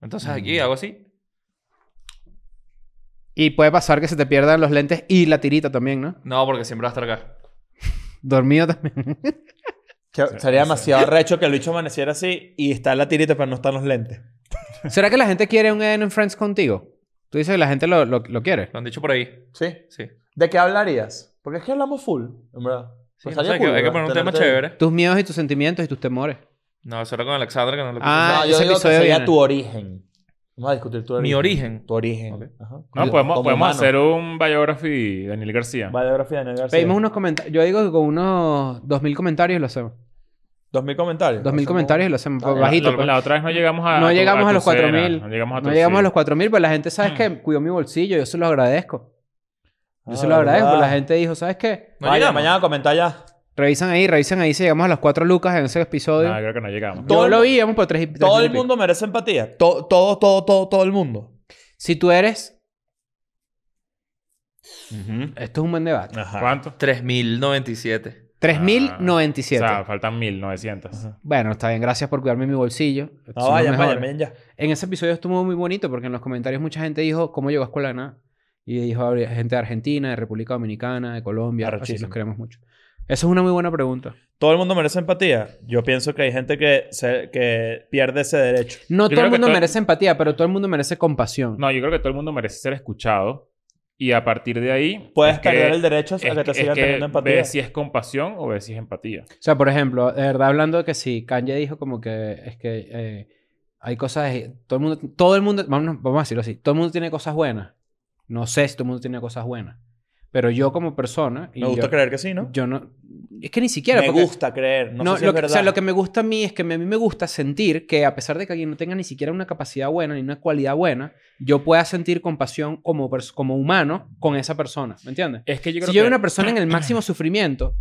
S4: Entonces aquí hago así.
S2: Y puede pasar que se te pierdan los lentes y la tirita también, ¿no?
S4: No, porque siempre va a estar acá.
S2: Dormido también.
S3: que sería demasiado recho que el bicho amaneciera así y está la tirita, pero no están los lentes.
S2: ¿Será que la gente quiere un Eden en Friends contigo? Tú dices que la gente lo, lo- lo quiere.
S4: Lo han dicho por ahí.
S3: Sí.
S4: Sí.
S3: ¿De qué hablarías? Porque es que hablamos full, en verdad.
S4: Sí,
S3: Pues
S4: no
S3: estaría
S4: sé, hay que-
S3: cool,
S4: hay que
S3: ¿verdad?
S4: poner un tema
S3: Tenerte ahí.
S4: chévere.
S2: Tus miedos y tus sentimientos y tus temores.
S4: No, eso era con Alexandra que no lo
S2: Ah,
S3: No, yo
S2: ese
S3: digo que
S2: episodio
S3: sería
S2: viene.
S3: tu origen. Vamos a discutir tu origen.
S4: Mi origen.
S3: Tu origen.
S4: Ok.
S3: Ajá.
S1: no, podemos,
S3: Como
S1: podemos
S3: humano.
S1: hacer un biography de Daniel García.
S3: Biografía de Daniel García.
S2: Pedimos unos comentarios. Yo digo que con unos 2.000 comentarios lo hacemos.
S3: Dos mil comentarios.
S2: 2.000
S3: Hacemos-
S2: comentarios y lo hacemos.
S3: Dale,
S2: bajito.
S1: la,
S2: pues.
S1: la otra vez no llegamos a.
S2: no
S1: tu-
S2: llegamos a,
S1: tu
S2: los
S1: cena,
S2: 4000.
S1: No llegamos a, tu
S2: No llegamos a
S1: cena.
S2: los 4000, pero la gente, ¿sabes qué? Cuidó mi bolsillo, yo se lo agradezco. Yo
S3: Ah,
S2: se lo agradezco. pues
S3: ¿verdad?
S2: La gente dijo, ¿sabes qué?
S4: No
S3: Vaya,
S4: llegamos.
S3: mañana comenta ya.
S2: Revisan ahí, revisan ahí si llegamos a los cuatro lucas en ese episodio.
S1: No, creo que no llegamos.
S3: Todo
S2: todo
S3: el
S2: lo
S3: mu-
S2: vi, íbamos por tres y tres
S3: Todo
S2: mil
S3: el
S2: y pico.
S3: mundo merece empatía. To- todo, todo, todo, todo el mundo.
S2: Si tú eres. Esto es un buen debate.
S3: Ajá.
S1: ¿Cuánto?
S4: 3097.
S2: 3097.
S1: Ah, O sea, faltan 1900.
S2: bueno, está bien, gracias por cuidarme mi bolsillo. Son
S3: No,
S2: los
S3: vayan,
S2: mejores.
S3: vayan, vayan ya.
S2: En ese episodio estuvo muy bonito porque en los comentarios mucha gente dijo cómo llegó a escuela de nada. Y dijo había gente de Argentina, de República Dominicana, de Colombia. Así
S3: Arrechísimo.
S2: los queremos mucho. Eso es una muy buena pregunta.
S3: Todo el mundo merece empatía. Yo pienso que hay gente que, se- que pierde ese derecho.
S2: No
S1: Yo
S2: todo
S1: creo
S2: el
S1: que
S2: mundo
S1: todo-
S2: merece empatía, pero todo el mundo merece compasión.
S1: No, yo creo que todo el mundo merece ser escuchado. Y a partir de ahí.
S3: Puedes
S1: es que-
S3: perder el derecho a
S1: es
S3: que te
S1: es
S3: sigan teniendo empatía.
S1: Ve si es compasión o ve si es empatía.
S2: O sea, por ejemplo, de verdad hablando de que si Kanye dijo como que es que eh, hay cosas, eh, todo el mundo, todo el mundo, vamos, vamos a decirlo así, todo el mundo tiene cosas buenas. No sé si todo el mundo tiene cosas buenas, pero yo como persona, y
S3: Me gusta
S2: yo,
S3: creer que sí, ¿no?
S2: yo no, es que ni siquiera.
S3: me
S2: porque-
S3: gusta creer. No,
S2: no,
S3: sé si
S2: lo
S3: es
S2: que-
S3: verdad.
S2: o sea, lo que me gusta a mí es que me- a mí me gusta sentir que a pesar de que alguien no tenga ni siquiera una capacidad buena ni una cualidad buena, yo pueda sentir compasión como, pers- como humano con esa persona, ¿me entiendes?
S1: Es que yo creo
S2: si yo
S1: que.
S2: era una persona en el máximo sufrimiento,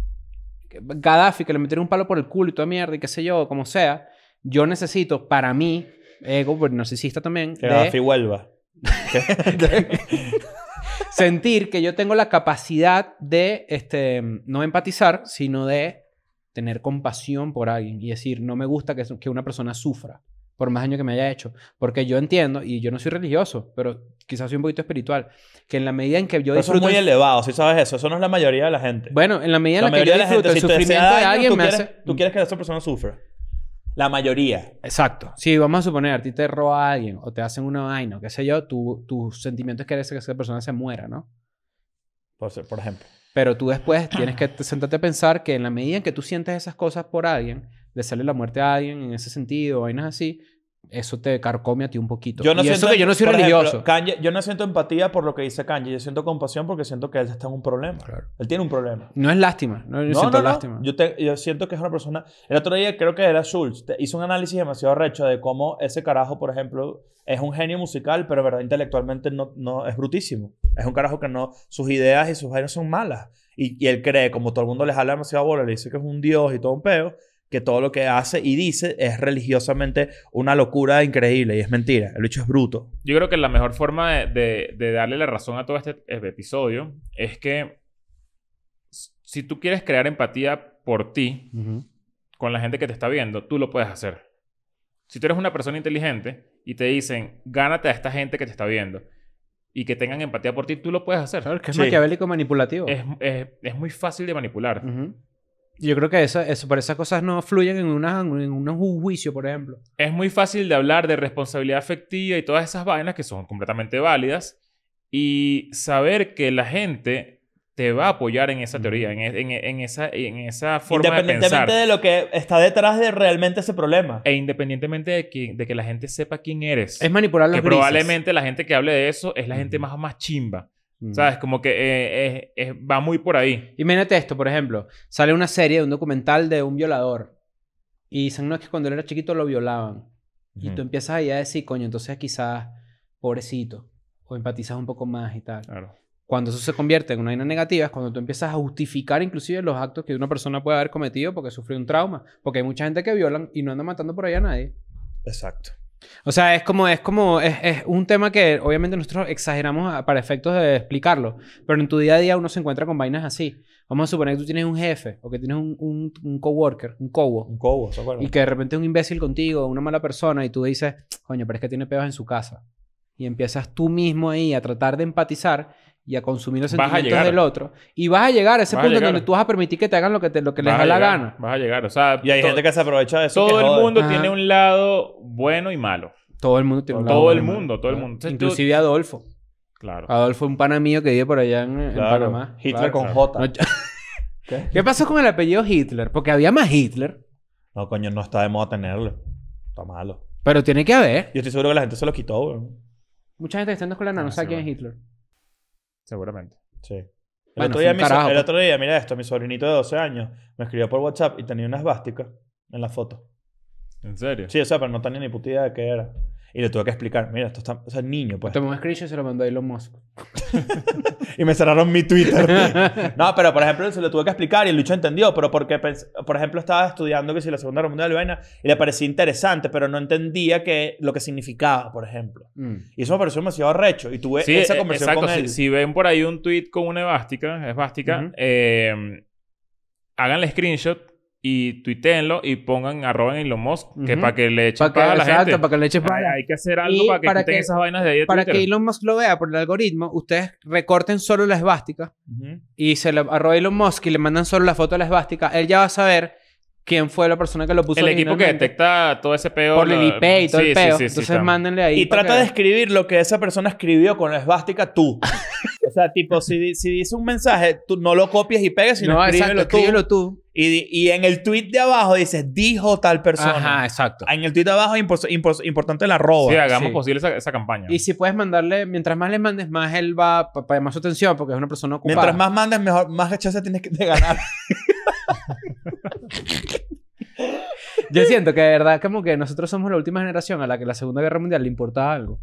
S2: que- Gaddafi, que le metieron un palo por el culo y toda mierda y qué sé yo, como sea, yo necesito para mí, ego, porque narcisista también,
S3: Que
S2: de
S3: Gaddafi vuelva.
S2: sentir que yo tengo la capacidad de este, no empatizar, sino de tener compasión por alguien y decir, no me gusta que, que una persona sufra por más daño que me haya hecho, porque yo entiendo, y yo no soy religioso, pero quizás soy un poquito espiritual, que en la medida en que yo
S3: Pero eso es
S2: disfruto...
S3: muy elevado, si sabes eso. Eso no es la mayoría de la gente.
S2: Bueno, en la medida en la,
S3: Este, la
S2: que yo
S3: mayoría de la
S2: disfruto
S3: gente,
S2: el
S3: si te desea
S2: sufrimiento de
S3: daño,
S2: alguien,
S3: tú,
S2: me
S3: quieres,
S2: hace...
S3: tú quieres que esa persona sufra. La mayoría.
S2: Exacto. Si vamos a suponer, a ti te roba alguien o te hacen una vaina o qué sé yo, tu, tu sentimiento es que eres- que esa persona se muera, ¿no?
S3: Por, ser- por ejemplo.
S2: Pero tú después tienes que te- sentarte a pensar que en la medida en que tú sientes esas cosas por alguien, de sale la muerte a alguien en ese sentido, vainas así, eso te carcome a ti un poquito.
S3: Yo no
S2: y eso
S3: siento-
S2: que yo no soy
S3: por ejemplo,
S2: religioso.
S3: Kanye- yo no siento empatía por lo que dice Kanye. Yo siento compasión porque siento que él está en un problema.
S2: Claro.
S3: Él tiene un problema.
S2: no es lástima. No, yo
S3: no,
S2: siento
S3: no, no.
S2: lástima.
S3: Yo, te- yo siento que es una persona. El otro día creo que era Schultz. te- hizo un análisis demasiado recho de cómo ese carajo, por ejemplo, es un genio musical, pero verdad intelectualmente no, no es brutísimo. Es un carajo que no. Sus ideas y sus vainas son malas. Y, y él cree, como todo el mundo le jala demasiado bola, le dice que es un dios y todo un peo, que todo lo que hace y dice es religiosamente una locura increíble. Y es mentira. El bicho es bruto.
S1: Yo creo que la mejor forma de, de- de darle la razón a todo este eh, episodio es que s- si tú quieres crear empatía por ti,
S2: Ujú.
S1: con la gente que te está viendo, tú lo puedes hacer. Si tú eres una persona inteligente y te dicen, gánate a esta gente que te está viendo y que tengan empatía por ti, tú lo puedes hacer.
S2: Claro, que es
S3: Sí.
S2: maquiavélico manipulativo.
S1: Es, es- es muy fácil de manipular.
S3: Mm.
S2: Ujú. Y Yo creo que eso, eso, por esas cosas no fluyen en, una, en un juicio, por ejemplo.
S1: Es muy fácil de hablar de responsabilidad afectiva y todas esas vainas que son completamente válidas y saber que la gente te va a apoyar en esa teoría, en, e- en e- en esa, en esa forma de pensar.
S3: Mm. Independientemente de lo que está detrás de realmente ese problema.
S1: E independientemente de que, de que la gente sepa quién eres.
S2: Es manipular los
S1: que
S2: grises.
S1: probablemente la gente que hable de eso es la gente
S2: Ujú.
S1: más, más chimba.
S2: Ujú.
S1: ¿Sabes? Como que eh, es- es- va muy por ahí.
S2: Imagínate esto, por ejemplo. Sale una serie, un documental de un violador. Y dicen, no, es que cuando él era chiquito lo violaban. Y tú
S1: Ujú.
S2: empiezas ahí a decir, coño, entonces quizás pobrecito. O empatizas un poco más y tal.
S1: Claro.
S2: Cuando eso se convierte en una vaina negativa es cuando tú empiezas a justificar inclusive los actos que una persona puede haber cometido porque sufrió un trauma. Porque hay mucha gente que violan y no anda matando por ahí a nadie.
S3: Exacto.
S2: O sea, es como, es como, es, es un tema que obviamente nosotros exageramos a- para efectos de explicarlo, pero en tu día a día uno se encuentra con vainas así. Vamos a suponer que tú tienes un jefe o que tienes un, un, un coworker, un cobo,
S3: Un cobo, ¿se acuerdan?
S2: y que de repente es un imbécil contigo, una mala persona, y tú dices, coño, pero es que tiene peos en su casa. Y empiezas tú mismo ahí a tratar de empatizar y a consumir los
S1: Vas a
S2: sentimientos
S1: llegar.
S2: del otro. Y vas a llegar a ese
S1: Vas a
S2: punto en
S1: llegar.
S2: donde tú vas a permitir que te hagan lo que, te, lo que les
S1: Vas a
S2: da la
S1: llegar,
S2: gana.
S1: Vas a llegar. O sea,
S3: Y hay
S1: to-
S3: gente que se aprovecha de eso.
S1: todo
S3: que
S1: el
S3: jode.
S1: mundo
S2: Ajá.
S1: tiene un lado bueno y malo.
S2: Todo el mundo tiene un
S1: Todo
S2: lado
S1: el
S2: bueno.
S1: mundo, todo el mundo. Entonces tú-
S2: Inclusive Adolfo.
S1: Claro.
S2: Adolfo, un pana mío que vive por allá en, en
S3: Claro.
S2: Panamá.
S3: Hitler
S2: Claro.
S3: con
S1: claro.
S3: J.
S2: No,
S3: ¿Qué?
S2: ¿Qué pasó con el apellido Hitler? Porque había más Hitler,
S3: No, coño, no está de moda tenerlo. Está malo.
S2: pero tiene que haber.
S3: Yo estoy seguro que la gente se lo quitó, weón.
S2: Mucha gente que está en la escuela no,
S1: Ah,
S2: sabe
S1: sí,
S2: quién es
S1: bueno.
S2: Hitler.
S1: Seguramente.
S3: Sí. El,
S2: Bueno,
S3: otro
S2: fue
S3: día,
S2: un
S3: mi so-
S2: carajo,
S3: el
S2: pues.
S3: otro día, mira esto, mi sobrinito de 12 años me escribió por WhatsApp y tenía una esvástica en la foto.
S1: ¿En serio?
S3: Sí, o sea, pero no tenía ni puta idea de qué era. Y le tuve que explicar, mira, esto está... O sea, niño, pues.
S2: Tomó un screenshot y se lo mandó a Elon Musk.
S3: Y me cerraron mi Twitter. no, pero por ejemplo, se lo tuve que explicar y el Lucho entendió, pero porque, pens- por ejemplo, estaba estudiando que si la Segunda Guerra Mundial y vaina y le parecía interesante, pero no entendía que, lo que significaba, por ejemplo.
S2: Mm.
S3: Y eso me pareció demasiado recho. Y tuve
S1: Sí,
S3: esa
S1: eh,
S3: conversación
S1: exacto.
S3: con
S1: Si-
S3: él.
S1: Si, ven por ahí un tweet con una esvástica, esvástica
S2: Ujú.
S1: eh, háganle screenshot y tuiteenlo y pongan arroba en Elon Musk que
S2: Ujú.
S1: para que le echen
S2: Pa' que-
S1: paja a la
S2: exacto,
S1: gente.
S2: pa' que le eche
S1: Hay,
S2: para.
S1: hay que hacer algo
S2: Y
S1: para que
S2: para
S1: quiten
S2: que-
S1: esas vainas de ahí de
S2: Para
S1: Twitter.
S2: que Elon Musk lo vea por el algoritmo, ustedes recorten solo la esvástica
S3: Ujú.
S2: y se lo arroba a Elon Musk y le mandan solo la foto de la esvástica. Él ya va a saber quién fue la persona que lo puso
S1: el equipo que
S2: originalmente
S1: detecta todo ese peo.
S2: por
S1: lo-
S2: el IP y todo
S1: Sí,
S2: el
S1: sí,
S2: peo.
S1: sí, sí,
S2: Entonces
S1: está.
S2: mándenle ahí.
S3: Y
S2: para
S3: trata
S2: que-
S3: de escribir lo que esa persona escribió con la esvástica tú. o sea, tipo, si, di- si dice un mensaje, tú no lo copias y pegas, sino
S2: No,
S3: escríbelo
S2: exacto,
S3: tú.
S2: escríbelo tú.
S3: Y, di- y en el tweet de abajo dices, dijo tal persona.
S2: Ajá, exacto.
S3: En el tweet de abajo es impor- impor- importante el arroba.
S1: Sí, hagamos
S2: Sí.
S1: posible esa, esa campaña.
S2: Y si puedes mandarle, mientras más le mandes, más él va para llamar su atención porque es una persona ocupada.
S3: Mientras más mandes, mejor, más chance tienes que de ganar.
S2: Yo siento que de verdad como que nosotros somos la última generación a la que la Segunda Guerra Mundial le importaba algo.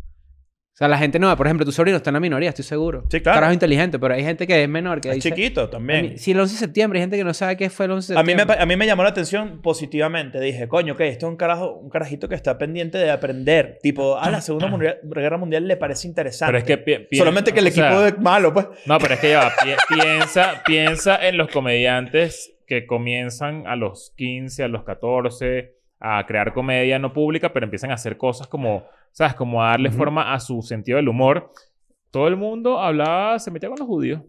S2: O sea, la gente nueva, por ejemplo, tu sobrino está en la minoría, estoy seguro.
S3: Sí, claro.
S2: Carajo inteligente, pero hay gente que es menor, que
S3: Es
S2: dice-
S3: chiquito también.
S2: Si el 11 de septiembre hay gente que no sabe qué fue el 11 de
S3: A mí,
S2: septiembre.
S3: me, pa- a mí me llamó la atención positivamente. Dije, coño, que esto es un, carajo, un carajito que está pendiente de aprender. Tipo, a la Segunda Mundial- Guerra Mundial le parece interesante.
S1: Pero es que pi- pi-
S3: Solamente que el
S1: o
S3: equipo
S1: sea,
S3: es malo, pues.
S1: No, pero es que ya va. Pi- piensa, piensa en los comediantes que comienzan a los 15, a los 14, a crear comedia no pública, pero empiezan a hacer cosas como, ¿sabes? Como a darle
S2: Ujú.
S1: forma a su sentido del humor. Todo el mundo hablaba, se metía con los judíos.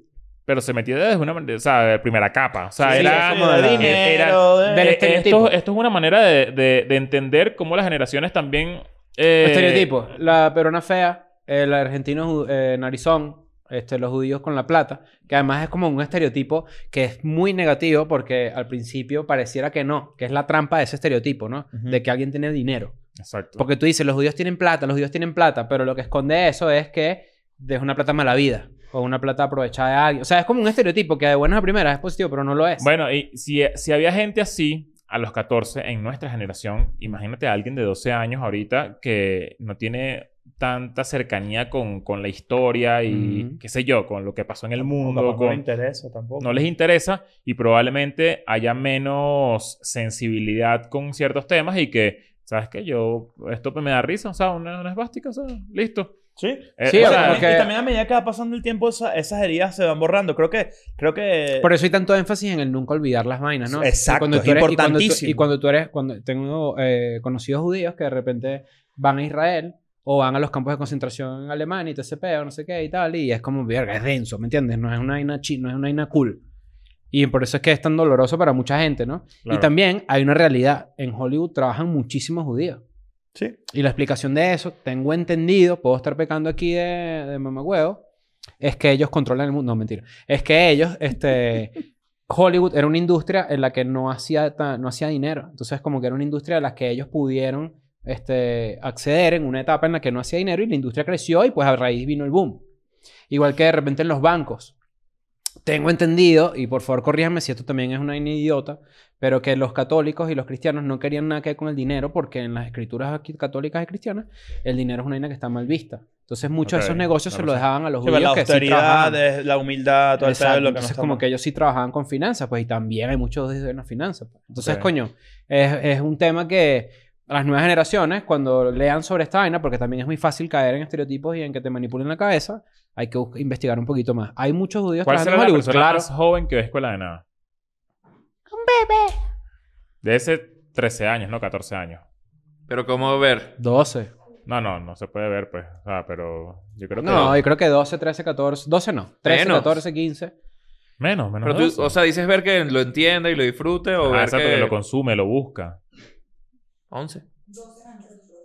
S1: Pero se metía desde una manera, o sea, de primera capa. O sea,
S3: Sí,
S1: era,
S3: eso de
S1: era-
S3: dinero, de-
S2: Del
S1: eh,
S2: estereotipo.
S1: esto, esto es una manera de, de- de entender cómo las generaciones también... eh,
S2: Estereotipos. La perona fea, el argentino ju- eh, narizón, este, los judíos con la plata, que además es como un estereotipo que es muy negativo porque al principio pareciera que no, que es la trampa de ese estereotipo, ¿no?
S3: Ujú.
S2: De que alguien tiene dinero.
S1: Exacto.
S2: Porque tú dices, los judíos tienen plata, los judíos tienen plata, pero lo que esconde eso es que es una plata mala vida o una plata aprovechada de alguien. O sea, es como un estereotipo que de buenas a primeras es positivo, pero no lo es.
S1: Bueno, y si, si había gente así a los 14 en nuestra generación, imagínate a alguien de 12 años ahorita que no tiene tanta cercanía con, con la historia y
S2: Ujú.
S1: qué sé yo, con lo que pasó en el
S3: Capaz
S1: mundo,
S3: no le
S1: con,
S3: interesa tampoco.
S1: no les interesa y probablemente haya menos sensibilidad con ciertos temas y que, ¿sabes qué? Yo, esto me da risa, o sea, una, una esvástica, o sea, listo.
S3: Sí.
S1: Eh,
S2: Sí,
S1: o
S3: O
S1: sea,
S3: sea,
S2: como
S3: y-
S2: que-
S3: y también a medida que va pasando el tiempo, esa- esas heridas se van borrando. Creo que. Creo que
S2: Por eso hay tanto énfasis en el nunca olvidar las vainas, ¿no?
S3: Exacto,
S2: Y cuando
S3: es
S2: tú eres- y cuando tú-
S3: importantísimo.
S2: Y cuando tú, eres, cuando tengo eh, conocidos judíos que de repente van a Israel o van a los campos de concentración en Alemania y TCP o no sé qué y tal, y es como, verga, es denso, ¿me entiendes? No es una vaina chi- no es una vaina cool. Y por eso es que es tan doloroso para mucha gente, ¿no?
S1: Claro.
S2: Y también hay una realidad, en Hollywood trabajan muchísimos judíos.
S3: Sí.
S2: Y la explicación de eso, tengo entendido, puedo estar pecando aquí de, de mamagüeo, es que ellos controlan el mundo. No, mentira. Es que ellos, este. Hollywood era una industria en la que no hacía, ta- no hacía dinero. Entonces, como que era una industria a la que ellos pudieron este, acceder en una etapa en la que no hacía dinero y la industria creció y pues a raíz vino el boom. Igual que de repente en los bancos. Tengo entendido, y por favor corríjame si esto también es una vaina idiota, pero que los católicos y los cristianos no querían nada que ver con el dinero porque en las escrituras aquí- católicas y cristianas el dinero es una vaina que está mal vista. Entonces muchos
S1: Ok,
S2: de esos negocios
S1: no
S2: se
S1: lo
S2: lo
S1: sé.
S2: dejaban a los
S3: Sí, pero pues, la
S2: judíos que sí
S3: austeridad,
S2: trabajaban.
S3: es la humildad, todo el
S2: Exacto.
S3: pedo, lo que no
S2: Entonces,
S3: está
S2: como
S3: mal.
S2: que ellos sí trabajaban con finanzas, pues, y también hay muchos de en las finanzas. pues. Entonces,
S1: Ok.
S2: coño, es, es un tema que las nuevas generaciones, cuando lean sobre esta vaina, porque también es muy fácil caer en estereotipos y en que te manipulen la cabeza, hay que bus- investigar un poquito más. Hay muchos judíos
S1: ¿Cuál será
S2: trabajando
S1: la
S2: en Hollywood,
S1: persona
S2: claro.
S1: más joven que ve escuela de nada?
S5: Un bebé.
S1: De ese 13 años, no 14 años.
S4: Pero cómo ver.
S2: 12.
S1: No, no, no se puede ver, pues. O sea, pero yo creo que...
S2: No, yo creo que 12, 13, 14. 12 no. 13,
S4: Menos.
S2: 14, 15.
S1: Menos, menos.
S4: Pero
S1: de
S4: tú,
S1: eso.
S4: o sea, dices ver que lo entiende y lo disfrute o
S1: Ah,
S4: ver
S1: exacto,
S4: que...
S1: que lo consume, lo busca.
S4: 11.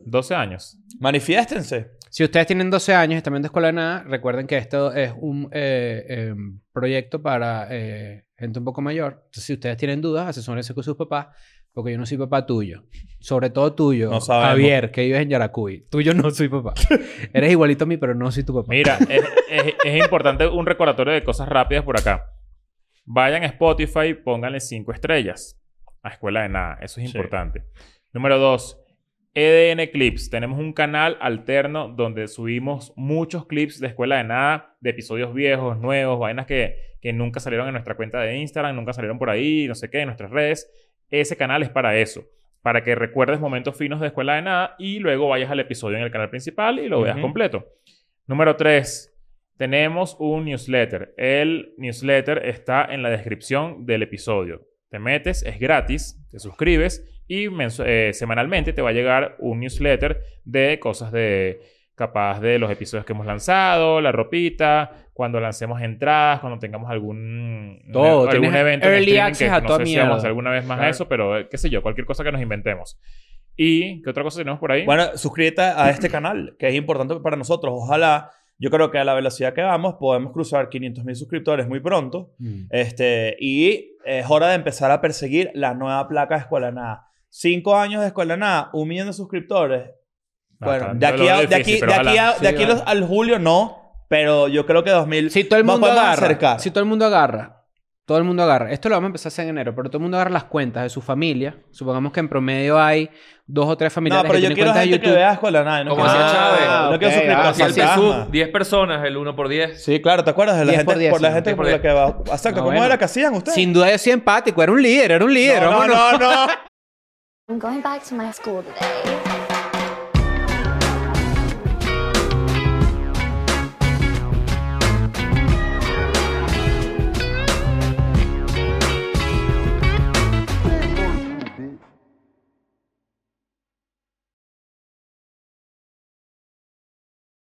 S1: 12 años.
S3: Manifiéstense.
S2: Si ustedes tienen 12 años y están viendo Escuela de Nada, recuerden que esto es un eh, eh, proyecto para eh, gente un poco mayor. Entonces, si ustedes tienen dudas, asesórense con sus papás, porque yo no soy papá tuyo. Sobre todo tuyo,
S3: No sabemos.
S2: Javier, que vives en Yaracuy. Tuyo no soy papá. Eres igualito a mí, pero no soy tu papá.
S1: Mira, es, es- es importante un recordatorio de cosas rápidas por acá. Vayan a Spotify, pónganle 5 estrellas a Escuela de Nada. Eso es
S3: Sí.
S1: importante. Número 2. EDN E Clips. Tenemos un canal alterno donde subimos muchos clips de Escuela de Nada, de episodios viejos, nuevos, vainas que, que nunca salieron en nuestra cuenta de Instagram, nunca salieron por ahí, no sé qué, en nuestras redes. Ese canal es para eso. Para que recuerdes momentos finos de Escuela de Nada y luego vayas al episodio en el canal principal y lo veas
S3: Ujú.
S1: completo. Número 3. Tenemos un newsletter. El newsletter está en la descripción del episodio. Te metes, es gratis, te suscribes y mensu- eh, semanalmente te va a llegar un newsletter de cosas de capaz de los episodios que hemos lanzado, la ropita, cuando lancemos entradas, cuando tengamos algún,
S2: Todo,
S1: algún
S2: tienes
S1: evento en
S2: early
S1: streaming
S2: access
S1: que
S2: a
S1: no
S2: toda
S1: sé si
S2: mierda.
S1: vamos a hacer alguna vez más
S2: Claro.
S1: eso, pero eh, qué sé yo, cualquier cosa que nos inventemos. ¿Y qué otra cosa tenemos por ahí?
S3: Bueno, suscríbete a este canal, que es importante para nosotros. Ojalá, yo creo que a la velocidad que vamos, podemos cruzar 500 mil suscriptores muy pronto.
S2: Mm.
S3: Este, y es hora de empezar a perseguir la nueva placa de Escuela de Nada. Cinco años de Escuela de Nada, un millón de suscriptores.
S1: Ah,
S3: Bueno,
S1: está-
S3: de aquí,
S1: lo
S3: a-
S1: veo
S3: de
S1: difícil,
S3: aquí,
S1: pero
S3: de aquí,
S1: ojalá.
S3: a- de
S2: Sí,
S3: aquí a los- al julio no, pero yo creo que 2000.
S2: Si todo el
S3: nos
S2: mundo
S3: podemos
S2: agarra,
S3: acercar.
S2: si todo el mundo agarra, todo el mundo agarra. Esto lo vamos a empezar a hacer en enero, pero todo el mundo agarra las cuentas de su familia. Supongamos que en promedio hay dos o tres
S3: no,
S2: familiares
S3: pero
S2: que
S3: yo
S2: tienen
S3: quiero
S2: cuentas de
S3: gente que
S2: YouTube.
S3: vea Escuela de Nada. No
S4: Como
S3: quiero,
S4: hacía Chávez.
S3: no quiero
S2: Ah, ok,
S3: suscriptores
S2: ah,
S4: Así el
S3: fantasma.
S4: sub, 10 personas, el 1 por 10.
S3: Sí, claro, ¿te acuerdas? De la
S2: 10
S3: gente,
S2: por
S3: por,
S2: 10,
S3: la
S2: sí,
S3: gente
S4: 10 por
S3: por la
S4: 10.
S3: que va. Exacto,
S2: No,
S3: ¿cómo
S2: bueno.
S3: era que hacían ustedes?
S2: Sin duda yo soy empático, era un líder, era un líder.
S3: no,
S2: vámonos.
S3: no, no.
S5: I'm going back to my school today.